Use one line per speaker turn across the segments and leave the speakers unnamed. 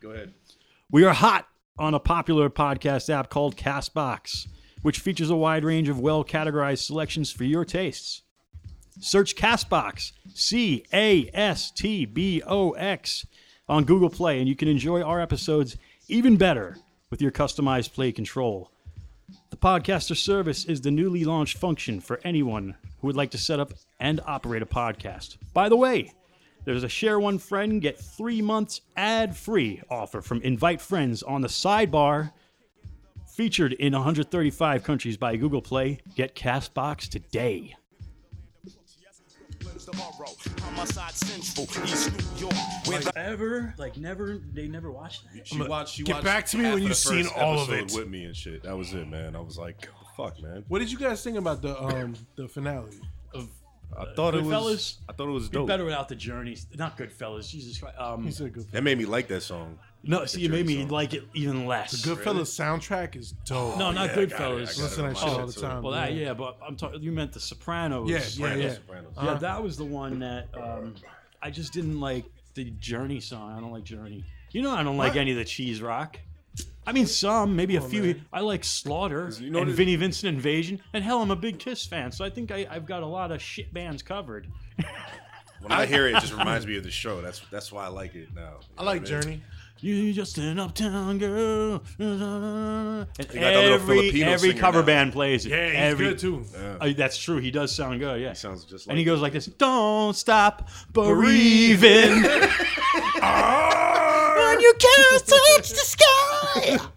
Go ahead.
We are hot on a popular podcast app called Castbox, which features a wide range of well categorized selections for your tastes. Search Castbox, C A S T B O X, on Google Play, and you can enjoy our episodes even better with your customized play control. The Podcaster service is the newly launched function for anyone who would like to set up and operate a podcast. By the way, there's a share one friend, get three months ad free offer from Invite Friends on the sidebar. Featured in 135 countries by Google Play. Get Castbox today. Ever? Like, never? They never watched that?
She watched. She
get
watched
back to me
half of
when
the
you've seen
first
all of
episode
it.
with me and shit. That was it, man. I was like, fuck, man.
What did you guys think about the um the finale?
I thought it
Goodfellas?
was. I thought it was dope.
Better without the journey. Not good, fellas. Jesus Christ. Um,
It's a good.
That made me like that song.
no, see, you made
Journey
me
song.
like it even less.
Goodfellas soundtrack is dope.
No, not
yeah, I
good,
got it,
fellas.
I got it.
listen to that shit all the time.
Well, that yeah, but I'm talking. You meant the Sopranos.
Yeah, yeah,
Sopranos,
yeah.
Sopranos.
Yeah, Uh, that was the one that um, I just didn't like the Journey song. I don't like Journey. You know, I don't like any of the cheese rock. I mean, some, maybe a few. I like Slaughter
you know
and
what Oh, it-
Vinnie Vincent Invasion, and hell, I'm a big Kiss fan, so I think I, I've got a lot of shit bands covered.
When I hear it, it just reminds me of the show. That's that's why I like it now.
I like Journey.
You just an uptown girl. And
got that little
every
Filipino
every
singer
cover
now.
band plays it.
Yeah, he's
every,
good too.
Uh, that's true. He does sound good. Yeah.
It sounds just like.
and he goes like this: "Don't stop bereaving." you can't touch the sky.
Oh,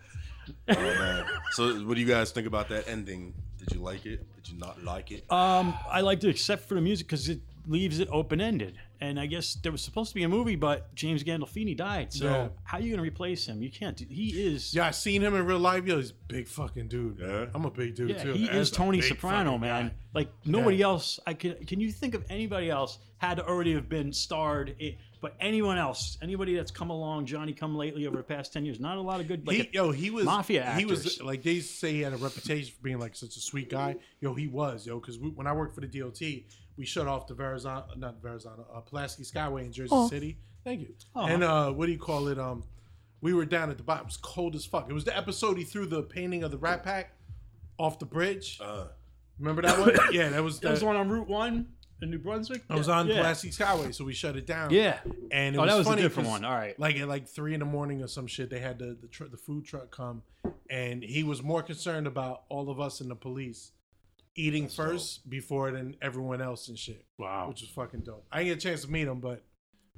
man. So, what do you guys think about that ending? Did you like it? Did you not like it?
Um, I liked it except for the music because it leaves it open ended. And I guess there was supposed to be a movie, but James Gandolfini died. So
Yeah.
how are you going to replace him? You can't. do- He is.
Yeah, I seen him in real life. Yo, he's a big fucking dude.
Yeah?
I'm a big dude
Yeah,
too.
he
That's
is
a
Tony
big
Soprano,
fucking
man.
guy.
Like nobody
Yeah.
else. I can. Can you think of anybody else had to already have been starred? It, but anyone else, anybody that's come along, Johnny Come Lately over the past ten years, not a lot of good. Like
he, yo, he was
mafia
He was
actors.
like they say he had a reputation for being like such a sweet guy. Yo, he was yo because when I worked for the DOT, we shut off the Verrazano, not Verrazano, uh, Pulaski Skyway in Jersey
Oh.
City. Thank you. And uh, what do you call it? Um, we were down at the bottom. It was cold as fuck. It was the episode he threw the painting of the Rat Pack off the bridge.
Uh,
Remember that one? yeah, that was.
that was the
the-
one on Route One in New Brunswick.
I was on
yeah.
Pulaski Skyway, so we shut it down.
Yeah.
and it
Oh,
was
that was a
funny
different
'cause,
one. All right.
like at like three in the morning or some shit, they had the the, tr- the food truck come, and he was more concerned about all of us and the police eating first before than everyone else and shit.
Wow.
which was fucking dope. I didn't get a chance to meet him, but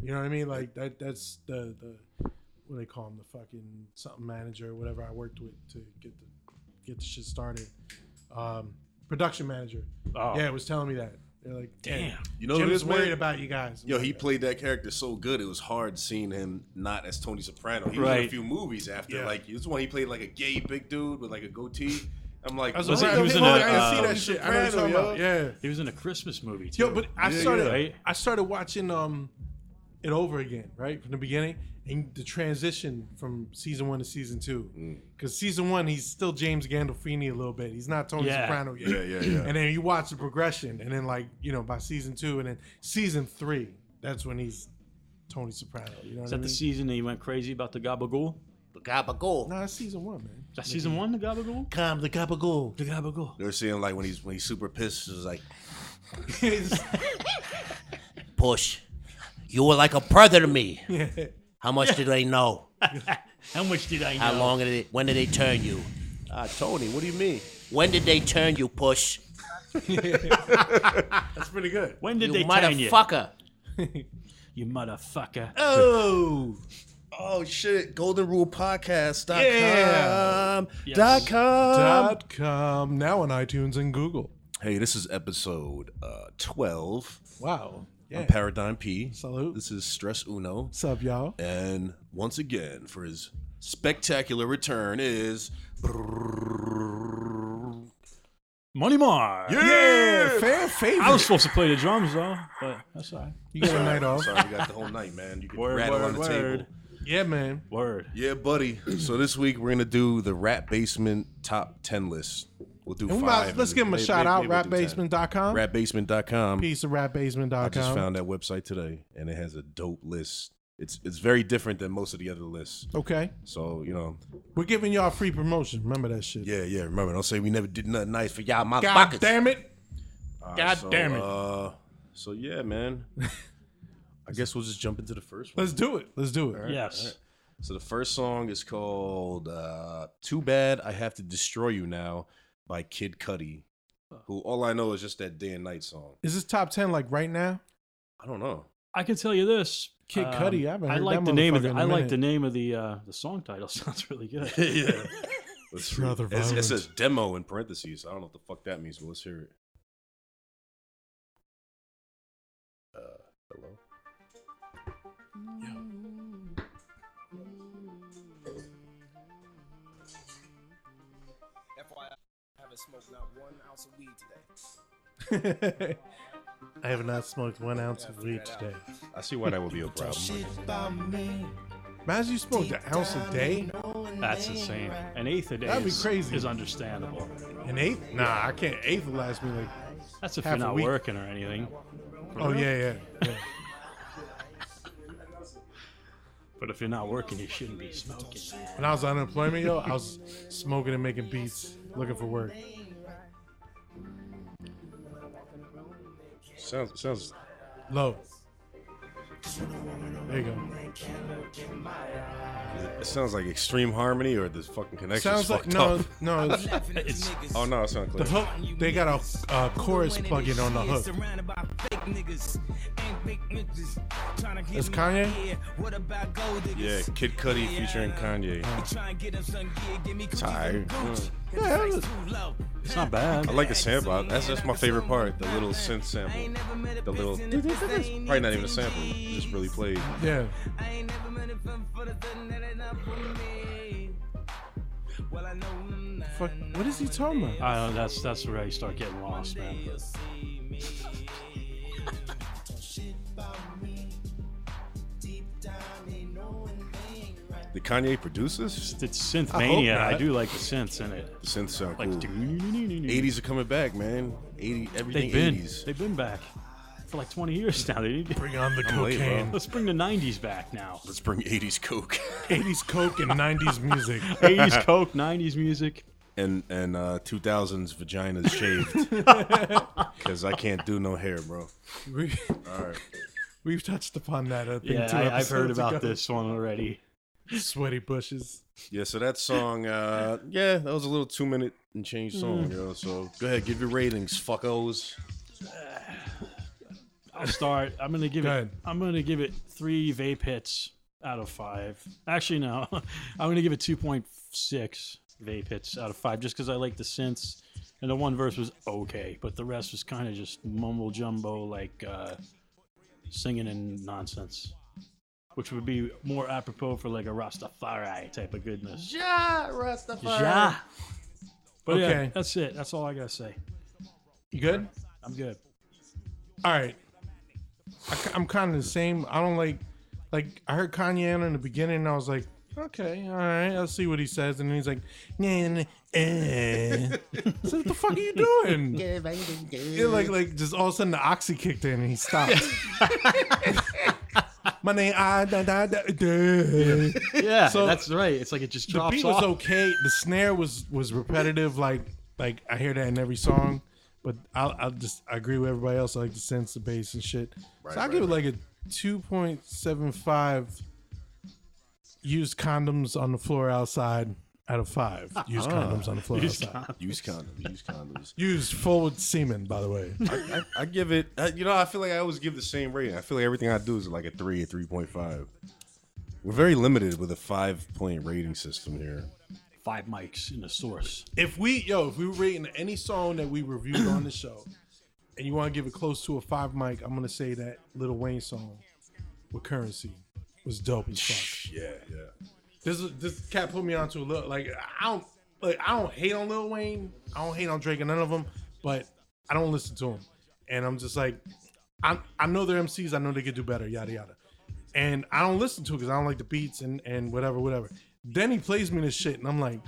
you know what I mean. Like that that's the the what do they call him the fucking something manager or whatever I worked with to get the get the shit started. Um, production manager.
Oh.
Yeah, it was telling me that. They're like,
Damn.
You know who
Jim's
this man-
worried about you guys.
yo, he played that character so good. It was hard seeing him not as Tony Soprano. He was in a
Right.
few movies after.
Yeah.
Like this is when he played like a gay big dude with like a goatee. I'm like,
was
what
like,
the
he was in
fuck?
a,
I didn't
uh,
see that shit.
I know what
I
you're talking about. Yeah.
He was in a Christmas movie too.
Yo, but I
Yeah,
started
yeah.
Right?
I started watching um it over again, right? From the beginning. And the transition from season one to season two.
Mm.
Because season one, he's still James Gandolfini a little bit. He's not Tony
Yeah.
Soprano yet.
Yeah, yeah, yeah.
And then you watch the progression. And then, like, you know, by season two and then season three, that's when he's Tony Soprano. You know
Is
what I
that
mean?
the season that you went crazy about the Gabagool?
no, that's season one, man.
That season one, the Gabagool?
Come, the Gabagool.
The Gabagool.
They're seeing like when he's when he's super pissed. It's like
Push. You were like a brother to me. How much did they know?
How much did I know?
How long did it? When did they turn you?
Ah, Tony, what do you mean?
When did they turn you? Push.
That's pretty good.
When did
You
they turn you?
motherfucker.
You motherfucker.
Uh,
Oh.
Oh shit! Golden Rule Podcast dot
Yeah.
com Um, dot
Yes.
com.
Dot com now on iTunes and Google.
Hey, this is episode uh, twelve.
Wow. Yeah.
I'm Paradigm P.
Salute.
This is Stress Uno.
What's up, y'all?
And once again, for his spectacular return is
Money Mar.
Yeah, fan favorite.
I was supposed to play the drums though, but that's all right.
you got a night off.
sorry, we got the whole night, man. You can
Word,
rattle
word,
on the
word.
table.
Yeah, man.
Word.
Yeah, buddy. So this week we're gonna do the Rap Basement top ten list. We'll do
And we
five.
might, let's
and
give him a
maybe-
shout out.
maybe we'll do 10.
Rapbasement.com.
Rapbasement.com.
Piece of
I just
rapbasement.com.
found that website today, and it has a dope list. it's it's very different than most of the other lists.
Okay,
So you know,
we're giving y'all free promotion. Remember that shit.
yeah, yeah. Remember, don't say we never did nothing nice for y'all
God
motherfuckers.
damn it!
All
God damn it.
Uh, so yeah, man. I guess we'll just jump into the first one.
Let's do it. Let's do it.
Yes.
So the first song is called uh, "Too Bad I Have to Destroy You Now" by Kid Cudi, who all I know is just that day and night song.
Is this top ten like right now?
I don't know.
I can tell you this. um,
Kid Cudi, I haven't
I
heard
like
that
the name of
motherfucker
the,
in a
I like
minute.
the name of the uh, the song title. Sounds really good.
yeah,
It's rather
It's- it
violent.
says "demo" in parentheses. I don't know what the fuck that means, but let's hear it. Uh, hello.
FYI, I haven't smoked not one ounce of weed today.
I have not smoked one ounce of weed
that
today.
I see why that would be a problem.
Imagine you smoked an ounce a day,
That's insane. An eighth a day
That'd be
is,
crazy.
is understandable.
an eighth? Nah, I can't. Eighth will last me like.
That's if
Half
you're
a
not
week.
working or anything.
Oh yeah, yeah.
But if you're not working, you shouldn't be smoking.
When I was on unemployment, yo, I was smoking and making beats, looking for work.
Sounds sounds.
Low. There you go.
It sounds like extreme harmony or this fucking connection.
Sounds like no, no. it's-
It's
Oh no, it's not
the
clear.
hook. They got a uh, chorus plug-in on the hook.
Surrounded by fake niggas and fake niggas tryna get
That's
me
Kanye?
out here. What about gold
yeah,
diggers?
Kid Cudi featuring Kanye.
They try and get them some gear, give me
Tired.
Gucci, Gucci.
Yeah,
Price
it
too low.
it's not bad.
I like the sample. That's that's my favorite part. The little
I
synth
ain't
sample.
never met a
The little
person if this ain't
probably not even a
18
sample.
G's.
Just really played.
Yeah.
I ain't never met a femme for the thing that ain't up for me. Well, I know I'm not.
Fuck. What is he talking about?
I don't, that's that's where you start getting lost, man.
Did Kanye produce this?
It's synth
hope
mania. I,
not.
do like the synths in it.
The synth sound
Like
cool.
eighty.
80s are coming back, man. 80 everything
They've been
80s.
they've been back for like 20 years now. They need to,
Bring on the
I'm late,
cocaine.
let's bring the 90s back now.
Let's bring 80s coke
80s coke and 90s music.
80s coke, 90s music.
and and uh, 2000s vaginas shaved. Cuz I can't do no hair, bro.
We,
All right.
we've touched upon that. I think
Yeah,
two
I, I've heard
episodes
about
ago.
this one already.
Sweaty bushes.
Yeah, so that song uh yeah, that was a little 2 minute and change song, yo. So go ahead, give your ratings, fuckos.
I'll start. I'm gonna give
Go
it.
ahead.
I'm gonna give it three vape hits out of five. Actually, no. I'm gonna give it 2.6 vape hits out of five, just because I like the synths. And the one verse was okay, but the rest was kind of just mumble jumbo, like uh, singing and nonsense, which would be more apropos for like a Rastafari type of goodness. Yeah, Rastafari. Yeah. But yeah,
Okay.
that's it. That's all I gotta say.
You good?
I'm good.
All right. I, am kind of the same. I don't like, like, I heard Kanye in the beginning and I was like, okay, all right, I'll see what he says. And then he's like, nah, nah, eh. I said, what the fuck are you doing? Yeah, like, like, just all of a sudden the oxy kicked in and he stopped. My name, I, da, da, da, da.
Yeah,
So-
that's right. It's like it just
the
drops
beat
off.
was okay. The snare was was repetitive. Like like I hear that in every song, but I'll, I'll just I agree with everybody else. I like the sense, the bass, and shit. so I'll
right,
give it like a two point seven five. Used condoms on the floor outside out of five. Used
Ah.
condoms on the floor outside.
Use condoms, use condoms.
Used forward semen, by the way.
I, I give it. Uh, you know, I feel like I always give the same rating. I feel like everything I do is like a three or three point five. We're very limited with a five point rating system here.
five mics in the source.
if we yo, if we were rating any song that we reviewed on the show, and you want to give it close to a five mic, I'm gonna say that Little Wayne song with currency was dope as fuck.
Yeah, yeah.
This is- this cat put me onto a little like I don't like I don't hate on Lil Wayne, I don't hate on Drake and none of them, but I don't listen to them, and I'm just like I I know they're MCs, I know they could do better, yada yada, and I don't listen to it because I don't like the beats and and whatever whatever. Then he plays me this shit, and I'm like.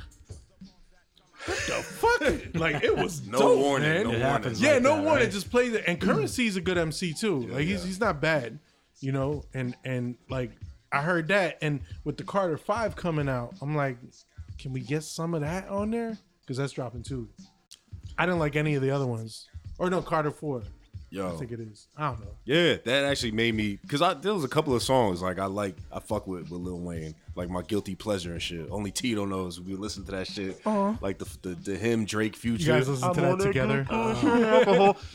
What the fuck? like it was
No
dope,
warning,
man.
no
It happens.
Yeah,
like
no
that,
one.
right?
It just plays it. And Currency is a good MC too. like he's
yeah.
he's not bad, you know. And and like I heard that, and with the Carter Five coming out, I'm like, can we get some of that on there? Because that's dropping too. I didn't like any of the other ones, or no Carter Four.
Yo,
I think it is. I don't know.
Yeah, that actually made me because I there was a couple of songs like I like I fuck with with Lil Wayne like my guilty pleasure and shit. Only Tito knows we listen to that shit like the, the the him Drake Future.
You guys listen to that together.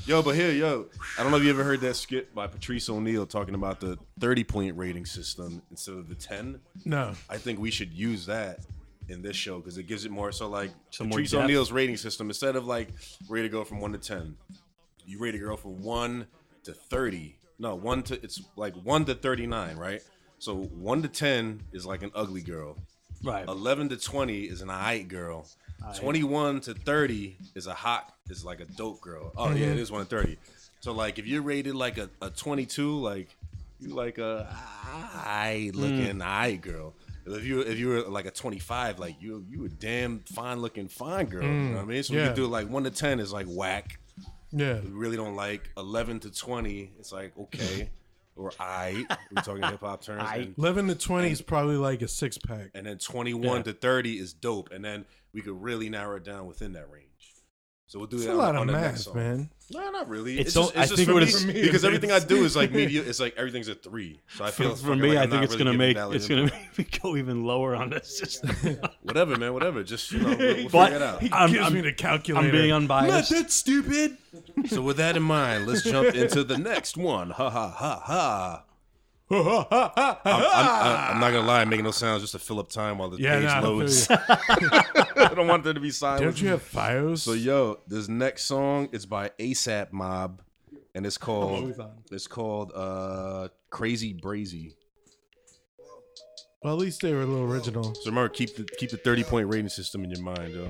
Yo, but here, yo, I don't know if you ever heard that skit by Patrice O'Neal talking about the thirty point rating system instead of the ten.
no,
I think we should use that in this show because it gives it more. So like
Some more
Patrice
depth.
O'Neal's rating system, instead of like rate a girl from one to ten, you rate a girl from one to thirty. No, one to it's like one to thirty nine, right? So one to ten is like an ugly girl.
Right.
Eleven to twenty is an aight girl. Twenty one to thirty is a hot is like a dope girl. Oh yeah, it is one to thirty. So like if you're rated like a, a twenty two, like you like a I looking eye girl. If you if you were like a 25, like you you a damn fine looking fine girl. You know what I mean? So we
yeah.
could do like one to ten is like whack.
yeah,
We really don't like eleven to twenty. It's like okay, or I. We're talking hip hop terms. And,
eleven to twenty is probably like a six pack.
and then twenty one to thirty is dope. And then we could really narrow it down within that range. So we'll do
It's
that
a lot
on,
of
on the next
math,
song.
man.
No, not really.
It's
It's,
so-
just,
I
it's
think
just for
what
me,
it's-
because everything I do is like media. It's like everything's a three. So I feel
For me, I think it's gonna make it's gonna make me go even lower on this system.
whatever, man, whatever. Just you know, we'll, we'll
But-
figure it out.
I'm-
Gives
I'm-
me the calculator.
I'm being unbiased.
that stupid.
So with that in mind, let's jump into the next one. Ha ha ha ha. I'm, I'm, I'm not gonna lie, I'm making those sounds just to fill up time while the
Yeah,
page
nah, I feel
loads.
you.
I don't want there to be silence.
don't you have files?
So yo, this next song is by ASAP Mob, and it's called it's called uh Crazy Brazy.
well, at least they were a little original.
So remember, keep the keep the thirty point rating system in your mind, yo.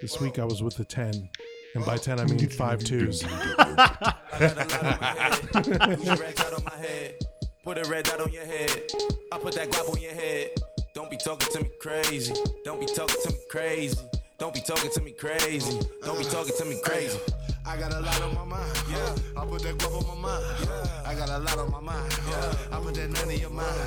This week I was with a 10. And by 10, I mean five twos.
red dot on my head. Put a red dot on your head. I put that guap on your head. Don't be talking to me crazy. Don't be talking to me crazy. Don't be talking to me crazy. Don't be talking to me crazy.
I got a lot on my mind. Yeah. I put that guap on my mind. Yeah. I got a lot on my mind. Yeah. I put that none in your mind.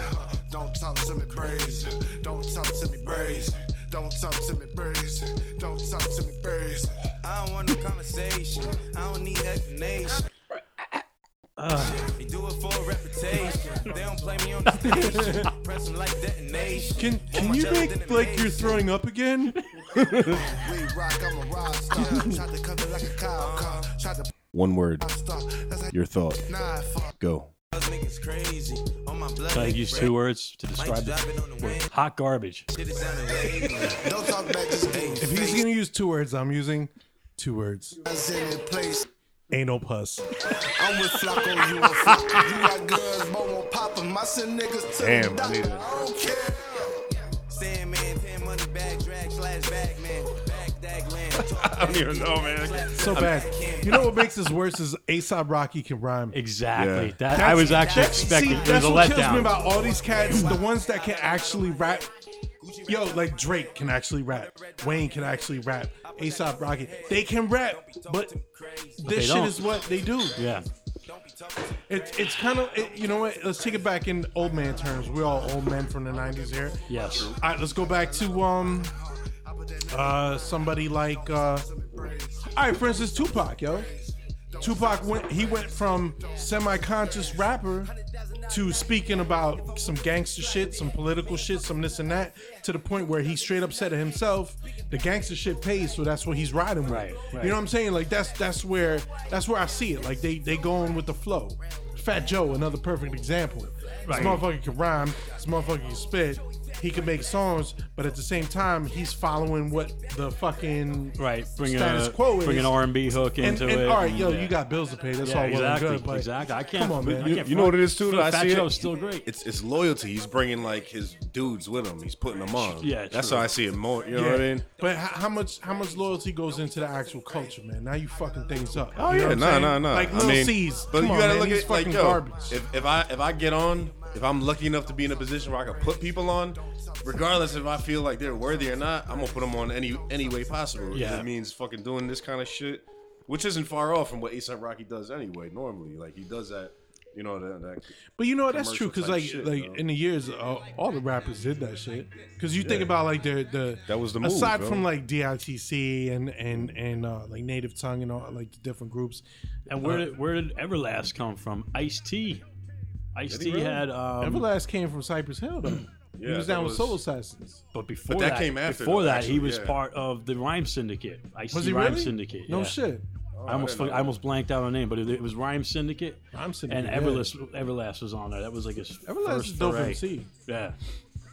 Don't talk to me crazy. Don't talk to me crazy. Don't talk to me crazy. Don't talk to me crazy.
I don't want no conversation. I don't need explanation. They do it for a reputation. They don't play me on the station. Press 'em like detonation.
Can, can
Want
you
my
make
jelly
like you're
detonation.
throwing up again?
We rock, I'm a rock star. Tried to cover like a cow car. Tried to
One word,
pop star. That's like
your thought.
nine fuck.
Go.
Those niggas crazy. On my blood.
I
nigga
use
red.
two words to describe
Mike's
it.
driving on the wind.
Hot garbage.
Shit is sounding wavy.
Don't talk back, just do
If he's going to use two words, I'm using two words.
us in the place.
Anal pus.
I'm with Flacco, you a fuck. You got guns, but won't pop 'em. I send niggas to
Damn,
the
I
doctor.
need it.
I don't care.
Sandman, ten money back, drag slash back man, back that land. I don't even know, man.
So bad. You know what makes this worse is Aesop Rocky can rhyme.
Exactly.
Yeah.
That I was actually
That-
expecting.
see,
It was
that's
a
what kills me
letdown.
about all these cats. The ones that can actually rap. Yo, like Drake can actually rap. Wayne can actually rap. Aesop Rocky. They can rap, but
they
this shit
don't.
is what they do.
yeah.
It, it's kind of, it, you know what? Let's take it back in old man terms. We're all old men from the 90s here.
Yes.
All right, let's go back to um, uh, somebody like uh, all right, for instance, Tupac, yo. Tupac went. He went from semi-conscious rapper to speaking about some gangster shit, some political shit, some this and that, to the point where he straight up said it himself, "The gangster shit pays," so that's what he's riding with.
Right, right.
You know what I'm saying? Like that's that's where that's where I see it. Like they they going with the flow. Fat Joe, another perfect example.
Right.
This motherfucker can rhyme. This motherfucker can spit. He can make songs, but at the same time, he's following what the fucking
Right. Bring
status
a,
quo
bring an
is.
R and B hook
and,
into
and,
it.
all right,
and,
yo,
yeah.
you got bills to pay. That's
Yeah,
all well and
exactly.
good, but
exactly. I can't.
Come on, man.
I
You,
can't
you know
front.
what it is too? though?
Fat
I see
Joe's
it.
still great.
It's it's loyalty. He's bringing like his dudes with him. He's putting them on.
Yeah,
that's
true.
how I see it more. You know what I mean?
But h- how much how much loyalty goes into the actual culture, man? Now you fucking things up.
Oh
You
yeah,
know what I'm
no,
saying?
no, no.
Like
I
little
mean,
C's.
but
Come
you
on,
gotta
man.
look
He's
at
fucking
like yo.
garbage.
If, if I if I get on, if I'm lucky enough to be in a position where I can put people on, regardless if I feel like they're worthy or not, I'm gonna put them on any any way possible. If
Yeah.
it means fucking doing this kind of shit, which isn't far off from what ASAP Rocky does anyway. Normally, like he does that You know that. that
But you know what? That's true
Commercial
because
type
like
shit,
like
though.
in the years, uh, all the rappers did that shit. Because you think about like their the
That was the move,
aside
bro.
from like DITC and and and uh, like Native Tongue and all like the different groups.
And where did, where did Everlast come from? Ice T. Ice T
really?
had um,
Everlast came from Cypress Hill though. he
Yeah,
was
that
down
was-
with Soul Assassins.
But before
that came after,
before
though,
that, he
actually,
was
yeah.
part of the Rhyme Syndicate. I
Was
see
he
Rhyme
really?
Syndicate.
No
yeah.
shit.
I almost
Oh, didn't
fu-
know
I almost blanked out on name, but it, it was Rhyme Syndicate.
Rhyme
and
Syndicate, yeah.
Everlast Everlast was on there. That was like his
Everlast
first
is dope
foray.
MC.
Yeah.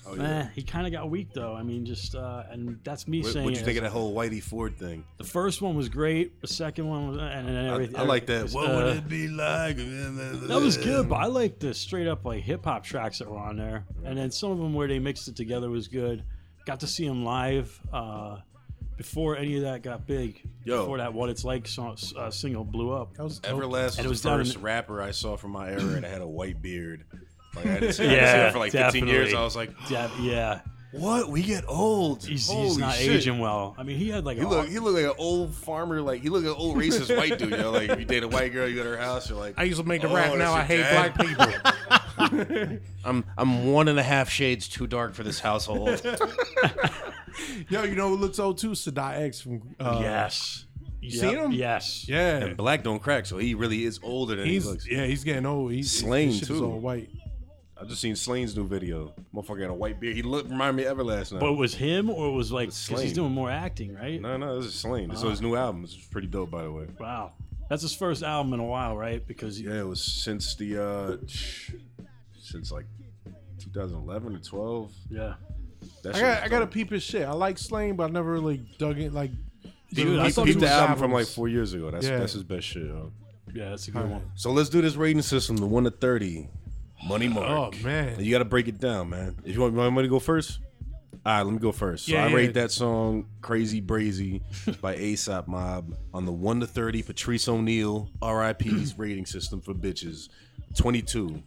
Oh, yeah.
Man, he kind of got weak though. I mean, just uh, and that's me
What
saying.
what you
it.
think of that whole Whitey Ford thing?
The first one was great. The second one was, and then
I,
everything.
I like that.
uh,
What would it be like? That
That was good, but I like the straight up like hip hop tracks that were on there, and then some of them where they mixed it together was good. Got to see him live uh, before any of that got big.
Yo.
Before that, what it's like song, uh, single blew up.
That was dope.
Everlast
And it
was
was
the
down in-
first rapper I saw from my era that had a white beard. Like I had seen
Yeah,
that for like 15 years.
definitely.
I was like,
Yeah, yeah.
"What? We get old.
he's,
Holy
he's not
shit.
aging well. I mean, he had like
He
a,
look, he look like an old farmer. Like he look like an old racist white dude. Yo, like if you date a white girl, you go to her house. You're like,
I used to make the
"Oh,
rap.
that's
Now
your
I hate
dad?"
black people.
I'm I'm one and a half shades too dark for this household.
Yo, you know who looks old too? Sadat X from. Uh,
yes. You
seen him?
Yes.
Yeah.
Black don't crack, so he really is older than
He's
he looks.
yeah, he's getting old. He's
Slain,
his shit is
too.
all white.
I just seen Slane's new video. Motherfucker had a white beard. He looked remind me of Everlast now.
But it was him, or it was like 'cause he's
Slane.
doing more acting, right?
no, no, this is Slane. This is his new album. It's pretty dope, by the way.
Wow, that's his first album in a while, right? Because
Yeah, it was since the uh sh- since like 2011 or 12.
yeah.
That
I
shit
got
was
I got to
dope.
peep his shit. I like Slain, but I never really dug it. Like,
Dude, I
He
thought
peeped
he
the
was-
album from like four years ago. That's
Yeah.
that's his best shit. Yo.
Yeah, that's a good one.
So let's do this rating system, the one to thirty. Money mark.
Oh, man.
And you gotta break it down, man. If you want, you want me to go first? Alright, let me go first. So
Yeah,
I
yeah.
rate that song Crazy Brazy by Aesop Mob on the one to thirty Patrice O'Neal RIP's rating system for bitches. Twenty two.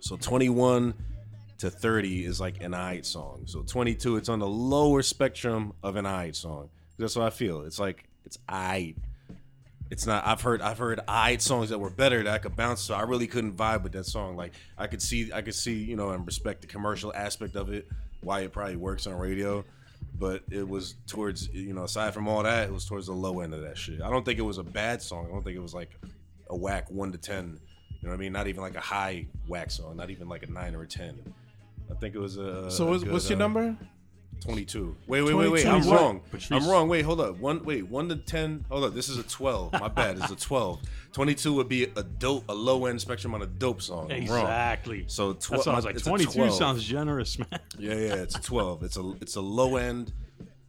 So twenty one to 30 is like an eyed song. So 22, it's on the lower spectrum of an eyed song. That's what I feel. It's like it's eyed. It's not. I've heard. I've heard eyed songs that were better that I could bounce to. I really couldn't vibe with that song. Like I could see. I could see. You know, and respect the commercial aspect of it. Why it probably works on radio, but it was towards. You know, aside from all that, it was towards the low end of that shit. I don't think it was a bad song. I don't think it was like a whack one to ten. You know what I mean? Not even like a high whack song. Not even like a nine or a ten. I think it was a.
so
a
what's,
good,
what's your
uh,
number?
22. Wait, wait, wait, wait.
22.
I'm
He's
wrong.
right. Patrice.
I'm wrong. Wait, hold up. One, wait, one to ten. Hold up. This is a 12. My bad. It's a 12. 22 would be a dope, a low end spectrum on a dope song. I'm wrong.
Exactly.
So twe-
that sounds like
it's a
22
12.
sounds generous, man.
Yeah, yeah. It's a 12. It's a, it's a low end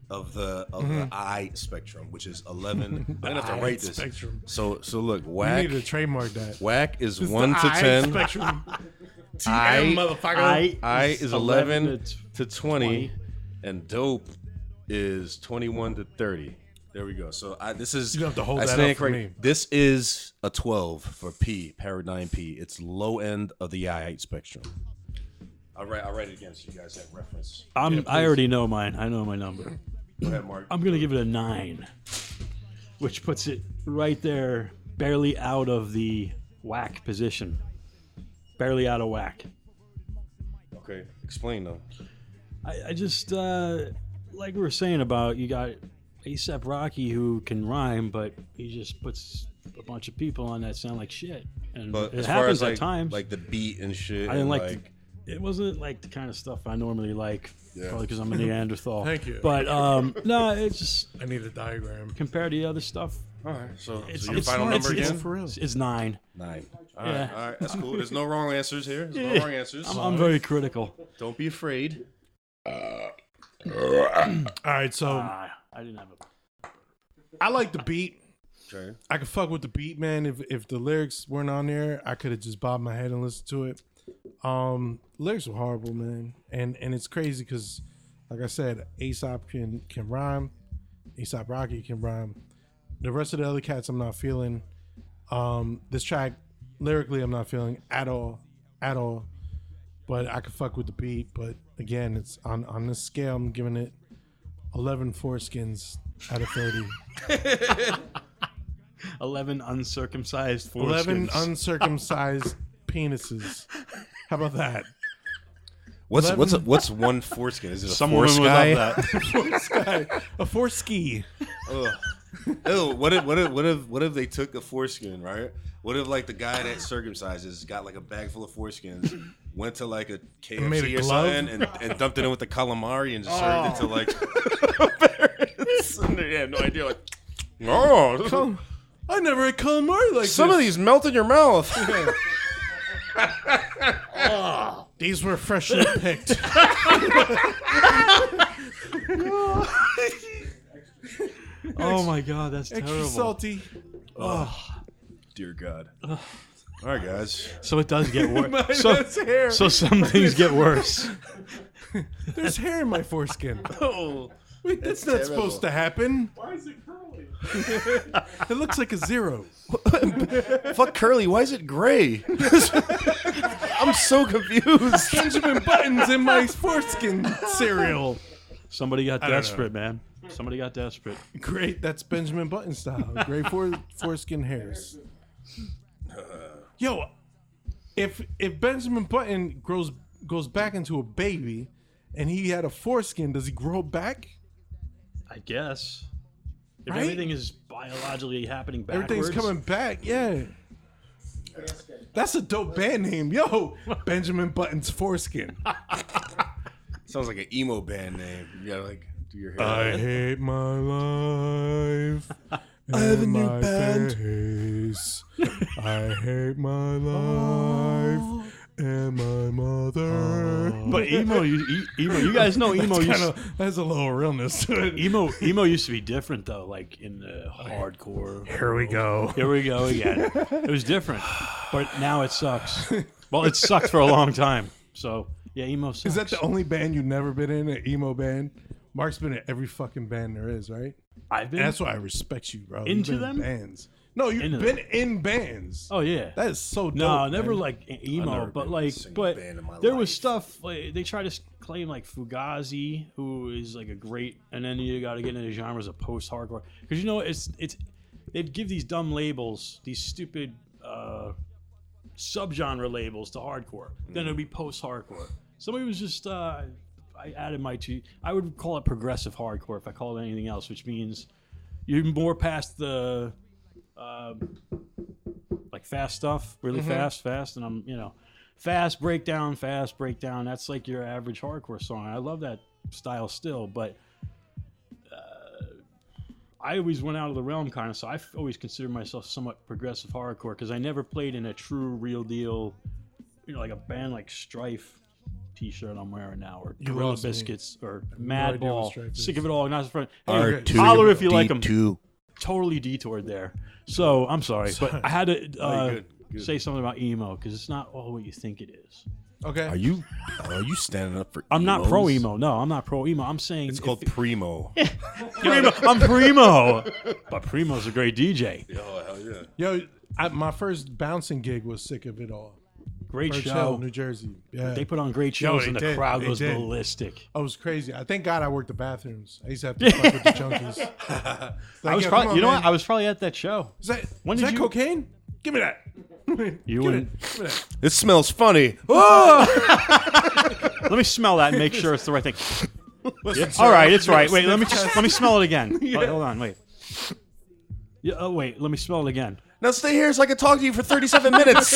of the of
Mm-hmm.
the I spectrum, which is 11. I'm gonna have to rate this.
spectrum.
So, so look,
You
whack.
need to trademark that.
Whack is
It's the
one to
eye
ten.
Spectrum. TM,
I-
motherfucker.
I,
I is 11,
to t-
to 20, and dope is 21 to 30. There we go. So I, this is
You don't have to hold
I
that
stand
up for
corrected.
me.
This is a 12 for P Paradigm P. It's low end of the I spectrum. I'll write, I'll write it again so you guys have reference.
I'm, I already know mine. I know my number.
Go ahead, Mark.
I'm going to give it a 9, which puts it right there, barely out of the whack position. Barely out of whack.
okay, explain though.
I, I just, uh, like we were saying about, you got ASAP Rocky who can rhyme, but he just puts a bunch of people on that sound like shit. And
But
it
as far
happens
as like,
at times.
like the beat and shit,
I didn't
and,
like, the, it wasn't like the kind of stuff I normally like.
Yeah.
Probably because I'm a Neanderthal.
Thank you.
But um, no, it's just
I need a diagram.
compared to the other stuff,
all right. So,
it's
so your
it's,
final
it's,
number
it's,
again?
For real.
It's, it's nine.
Nine. All right,
Yeah.
all right. That's cool. There's no wrong answers here. There's no wrong answers.
I'm, I'm very critical.
Don't be afraid.
All right, so
Ah, I didn't have a.
I like the beat.
Okay.
I could fuck with the beat, man. If if the lyrics weren't on there, I could have just bobbed my head and listened to it. Um, lyrics were horrible, man, and and it's crazy because, like I said, Aesop can can rhyme, Aesop Rocky can rhyme. The rest of the other cats, I'm not feeling. Um, this track lyrically, I'm not feeling at all, at all. But I could fuck with the beat. But again, it's on on this scale. I'm giving it 11 foreskins out of 30.
Eleven uncircumcised foreskins.
11 uncircumcised penises. How about that?
What's
Eleven-
what's a, what's one foreskin? Is it a
Some women would
foreskin?
love that.
A foreski.
Ew, what if what if what if what if they took a foreskin, right? What if like the guy that circumcises got like a bag full of foreskins, went to like a KFC
made a
or
glove?
something, and, and dumped it in with the calamari and just served it to like parents, and they had no idea. Like, oh, this-
I never had calamari like
some of
this.
these melt in your mouth.
These were freshly picked.
oh my god, that's
Extra
terrible.
salty.
Dear God. All right, guys.
So it does get worse. so,
That's hair.
so some things get worse.
There's hair in my foreskin. Oh. Wait, that's, not supposed to happen. Why is it curly? it looks like a zero.
Fuck curly. Why is it gray? I'm so confused.
Benjamin Buttons in my foreskin cereal.
Somebody got
don't know.
desperate, man. Somebody got desperate.
Great, that's Benjamin Button style. Gray for, foreskin hairs. Yo, if if Benjamin Button grows goes back into a baby, and he had a foreskin, does he grow back?
I guess. If
Right?
everything is biologically happening backwards,
Everything's coming back. Yeah. That's a dope band name. Yo, Benjamin Button's foreskin.
Sounds like an emo band name. You gotta like do your hair.
I hate my life. I have a new band. I hate my life and my mother.
But emo, you, e- emo, you guys know emo. used,
Kind of has a little realness to it.
emo, emo used to be different though, like in the hardcore.
Here we go.
Here we go again. It was different, but now it sucks. Well, it sucked for a long time. So yeah, emo sucks.
Is that the only band you've never been in? An emo band? Mark's been in every fucking band there is, right?
I've been?
And that's why I respect you, bro. You've
Into
been
them?
in bands. No, you've
Into
been
them.
in bands.
oh yeah.
that is so dope.
no, never
man.
like e- emo,
never
but
been
like,
to a
but
band in my
there was
life.
stuff like, they try to s- claim like Fugazi, who is like a great, and then you got to get into genres of post-hardcore because you know it's it's they'd give these dumb labels, these stupid uh, subgenre labels to hardcore. Then it'd be
Mm.
post-hardcore. Somebody was just uh, I added my two. I would call it progressive hardcore if I called it anything else, which means you're more past the like fast stuff, really fast, fast, and I'm you know, fast breakdown, fast breakdown. That's like your average hardcore song. I love that style still, but uh, I always went out of the realm kind of. So I have always considered myself somewhat progressive hardcore because I never played in a true real deal, you know, like a band like Strife. T-shirt I'm wearing now, or
You
Gorilla
lost me.
Biscuits, or
idea what Strife
Madball,
is.
sick of it all, not front.
R
Hey,
two
holler if you like them
Two.
totally detoured there. So I'm sorry, but I had to uh, say something about emo because it's not all what you think it is.
Okay.
Are you are you standing up for?
I'm not pro
emos?
emo. No, I'm not pro emo. I'm saying
It's called primo.
primo. I'm primo, but primo's a great DJ.
oh hell yeah!
Yo, I, my first bouncing gig was sick of it all.
Great
Birch Hill,
show.
New Jersey. Yeah.
They put on great
Yo,
shows
they
and the
did.
crowd
They
goes
did.
ballistic.
I was crazy. I thank God I worked the bathrooms. I used to have to fuck with the junkies.
I was probably, you know what? I was probably at that show.
is that,
When
is
did
that
you-
cocaine? Give me that.
You
Give
wouldn't.
it. Give me that.
This smells funny.
Let me smell that and make sure it's the right thing. Yeah, All right, it's right. Wait, let me just, let me smell it again. Wait, hold on, wait. Yeah, oh wait, let me smell it again.
Now stay here so I can talk to you for 37 minutes.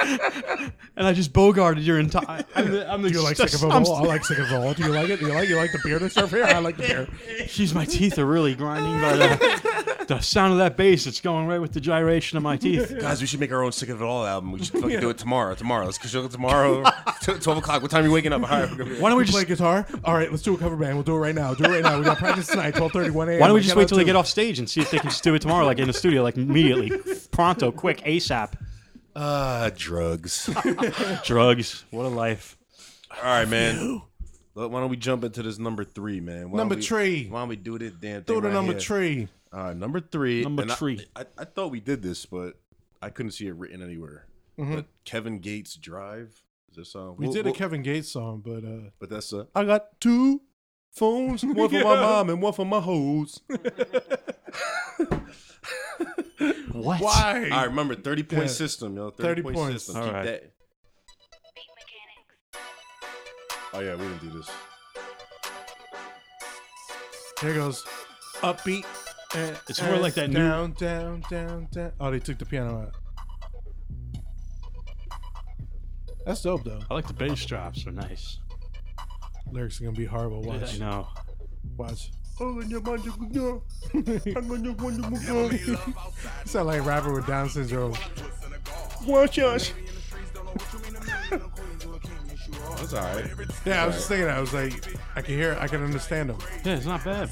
and I just bogarted your entire. I'm the, I'm the
Do you like sick of it all? I like sick of it all. Do you like it? Do you like you like the beer that's over here? I like the beer.
Jeez, my teeth are really grinding by the, the sound of that bass. It's going right with the gyration of my teeth.
Guys, we should make our own Sick of It All album. We should fucking do it tomorrow. Tomorrow. Let's go tomorrow. t- 12 o'clock. What time are you waking up? All right, we're gonna be-
Why don't we
We play
just
guitar. All right, let's do a cover band. We'll do it right now. Do it right now. We got practice tonight. 12:31 a.m.
Why don't we
I
just
got
wait till they
two.
get off stage and see if they can just do it tomorrow, like in the studio, like immediately, pronto, quick, ASAP.
Uh, drugs. All
Drugs. What a life.
right, man. Look, Why don't we jump into this number three, man? Why don't
Number
we-
three.
Why don't we do this damn thing?
Throw the
right
number
here?
tree.
All right, Uh, number three.
Number
and I-
three.
I, I, thought we did this, but I couldn't see it written anywhere. But Kevin Gates Drive. Is this song?
We
We'll-
did a
we'll-
Kevin Gates song, but uh,
But that's uh, I got two phones, one for
Yeah.
my mom and one for my hoes.
What?
Why?
I remember thirty point
Yeah.
system, yo. 30,
30
point
points.
system.
All
Keep
right.
that. Oh yeah, we didn't do this.
Here goes. Upbeat. And,
It's more like that new-
down, down, down, down. Oh, they took the piano out. That's dope though.
I like the bass drops. They're nice.
Lyrics are gonna be horrible.
I
Watch,
know.
watch. Sound like a rapper with Down syndrome. Watch us.
That's all right.
Yeah, I was just thinking. that. I was like, I can hear, I can understand him.
Yeah, it's not bad.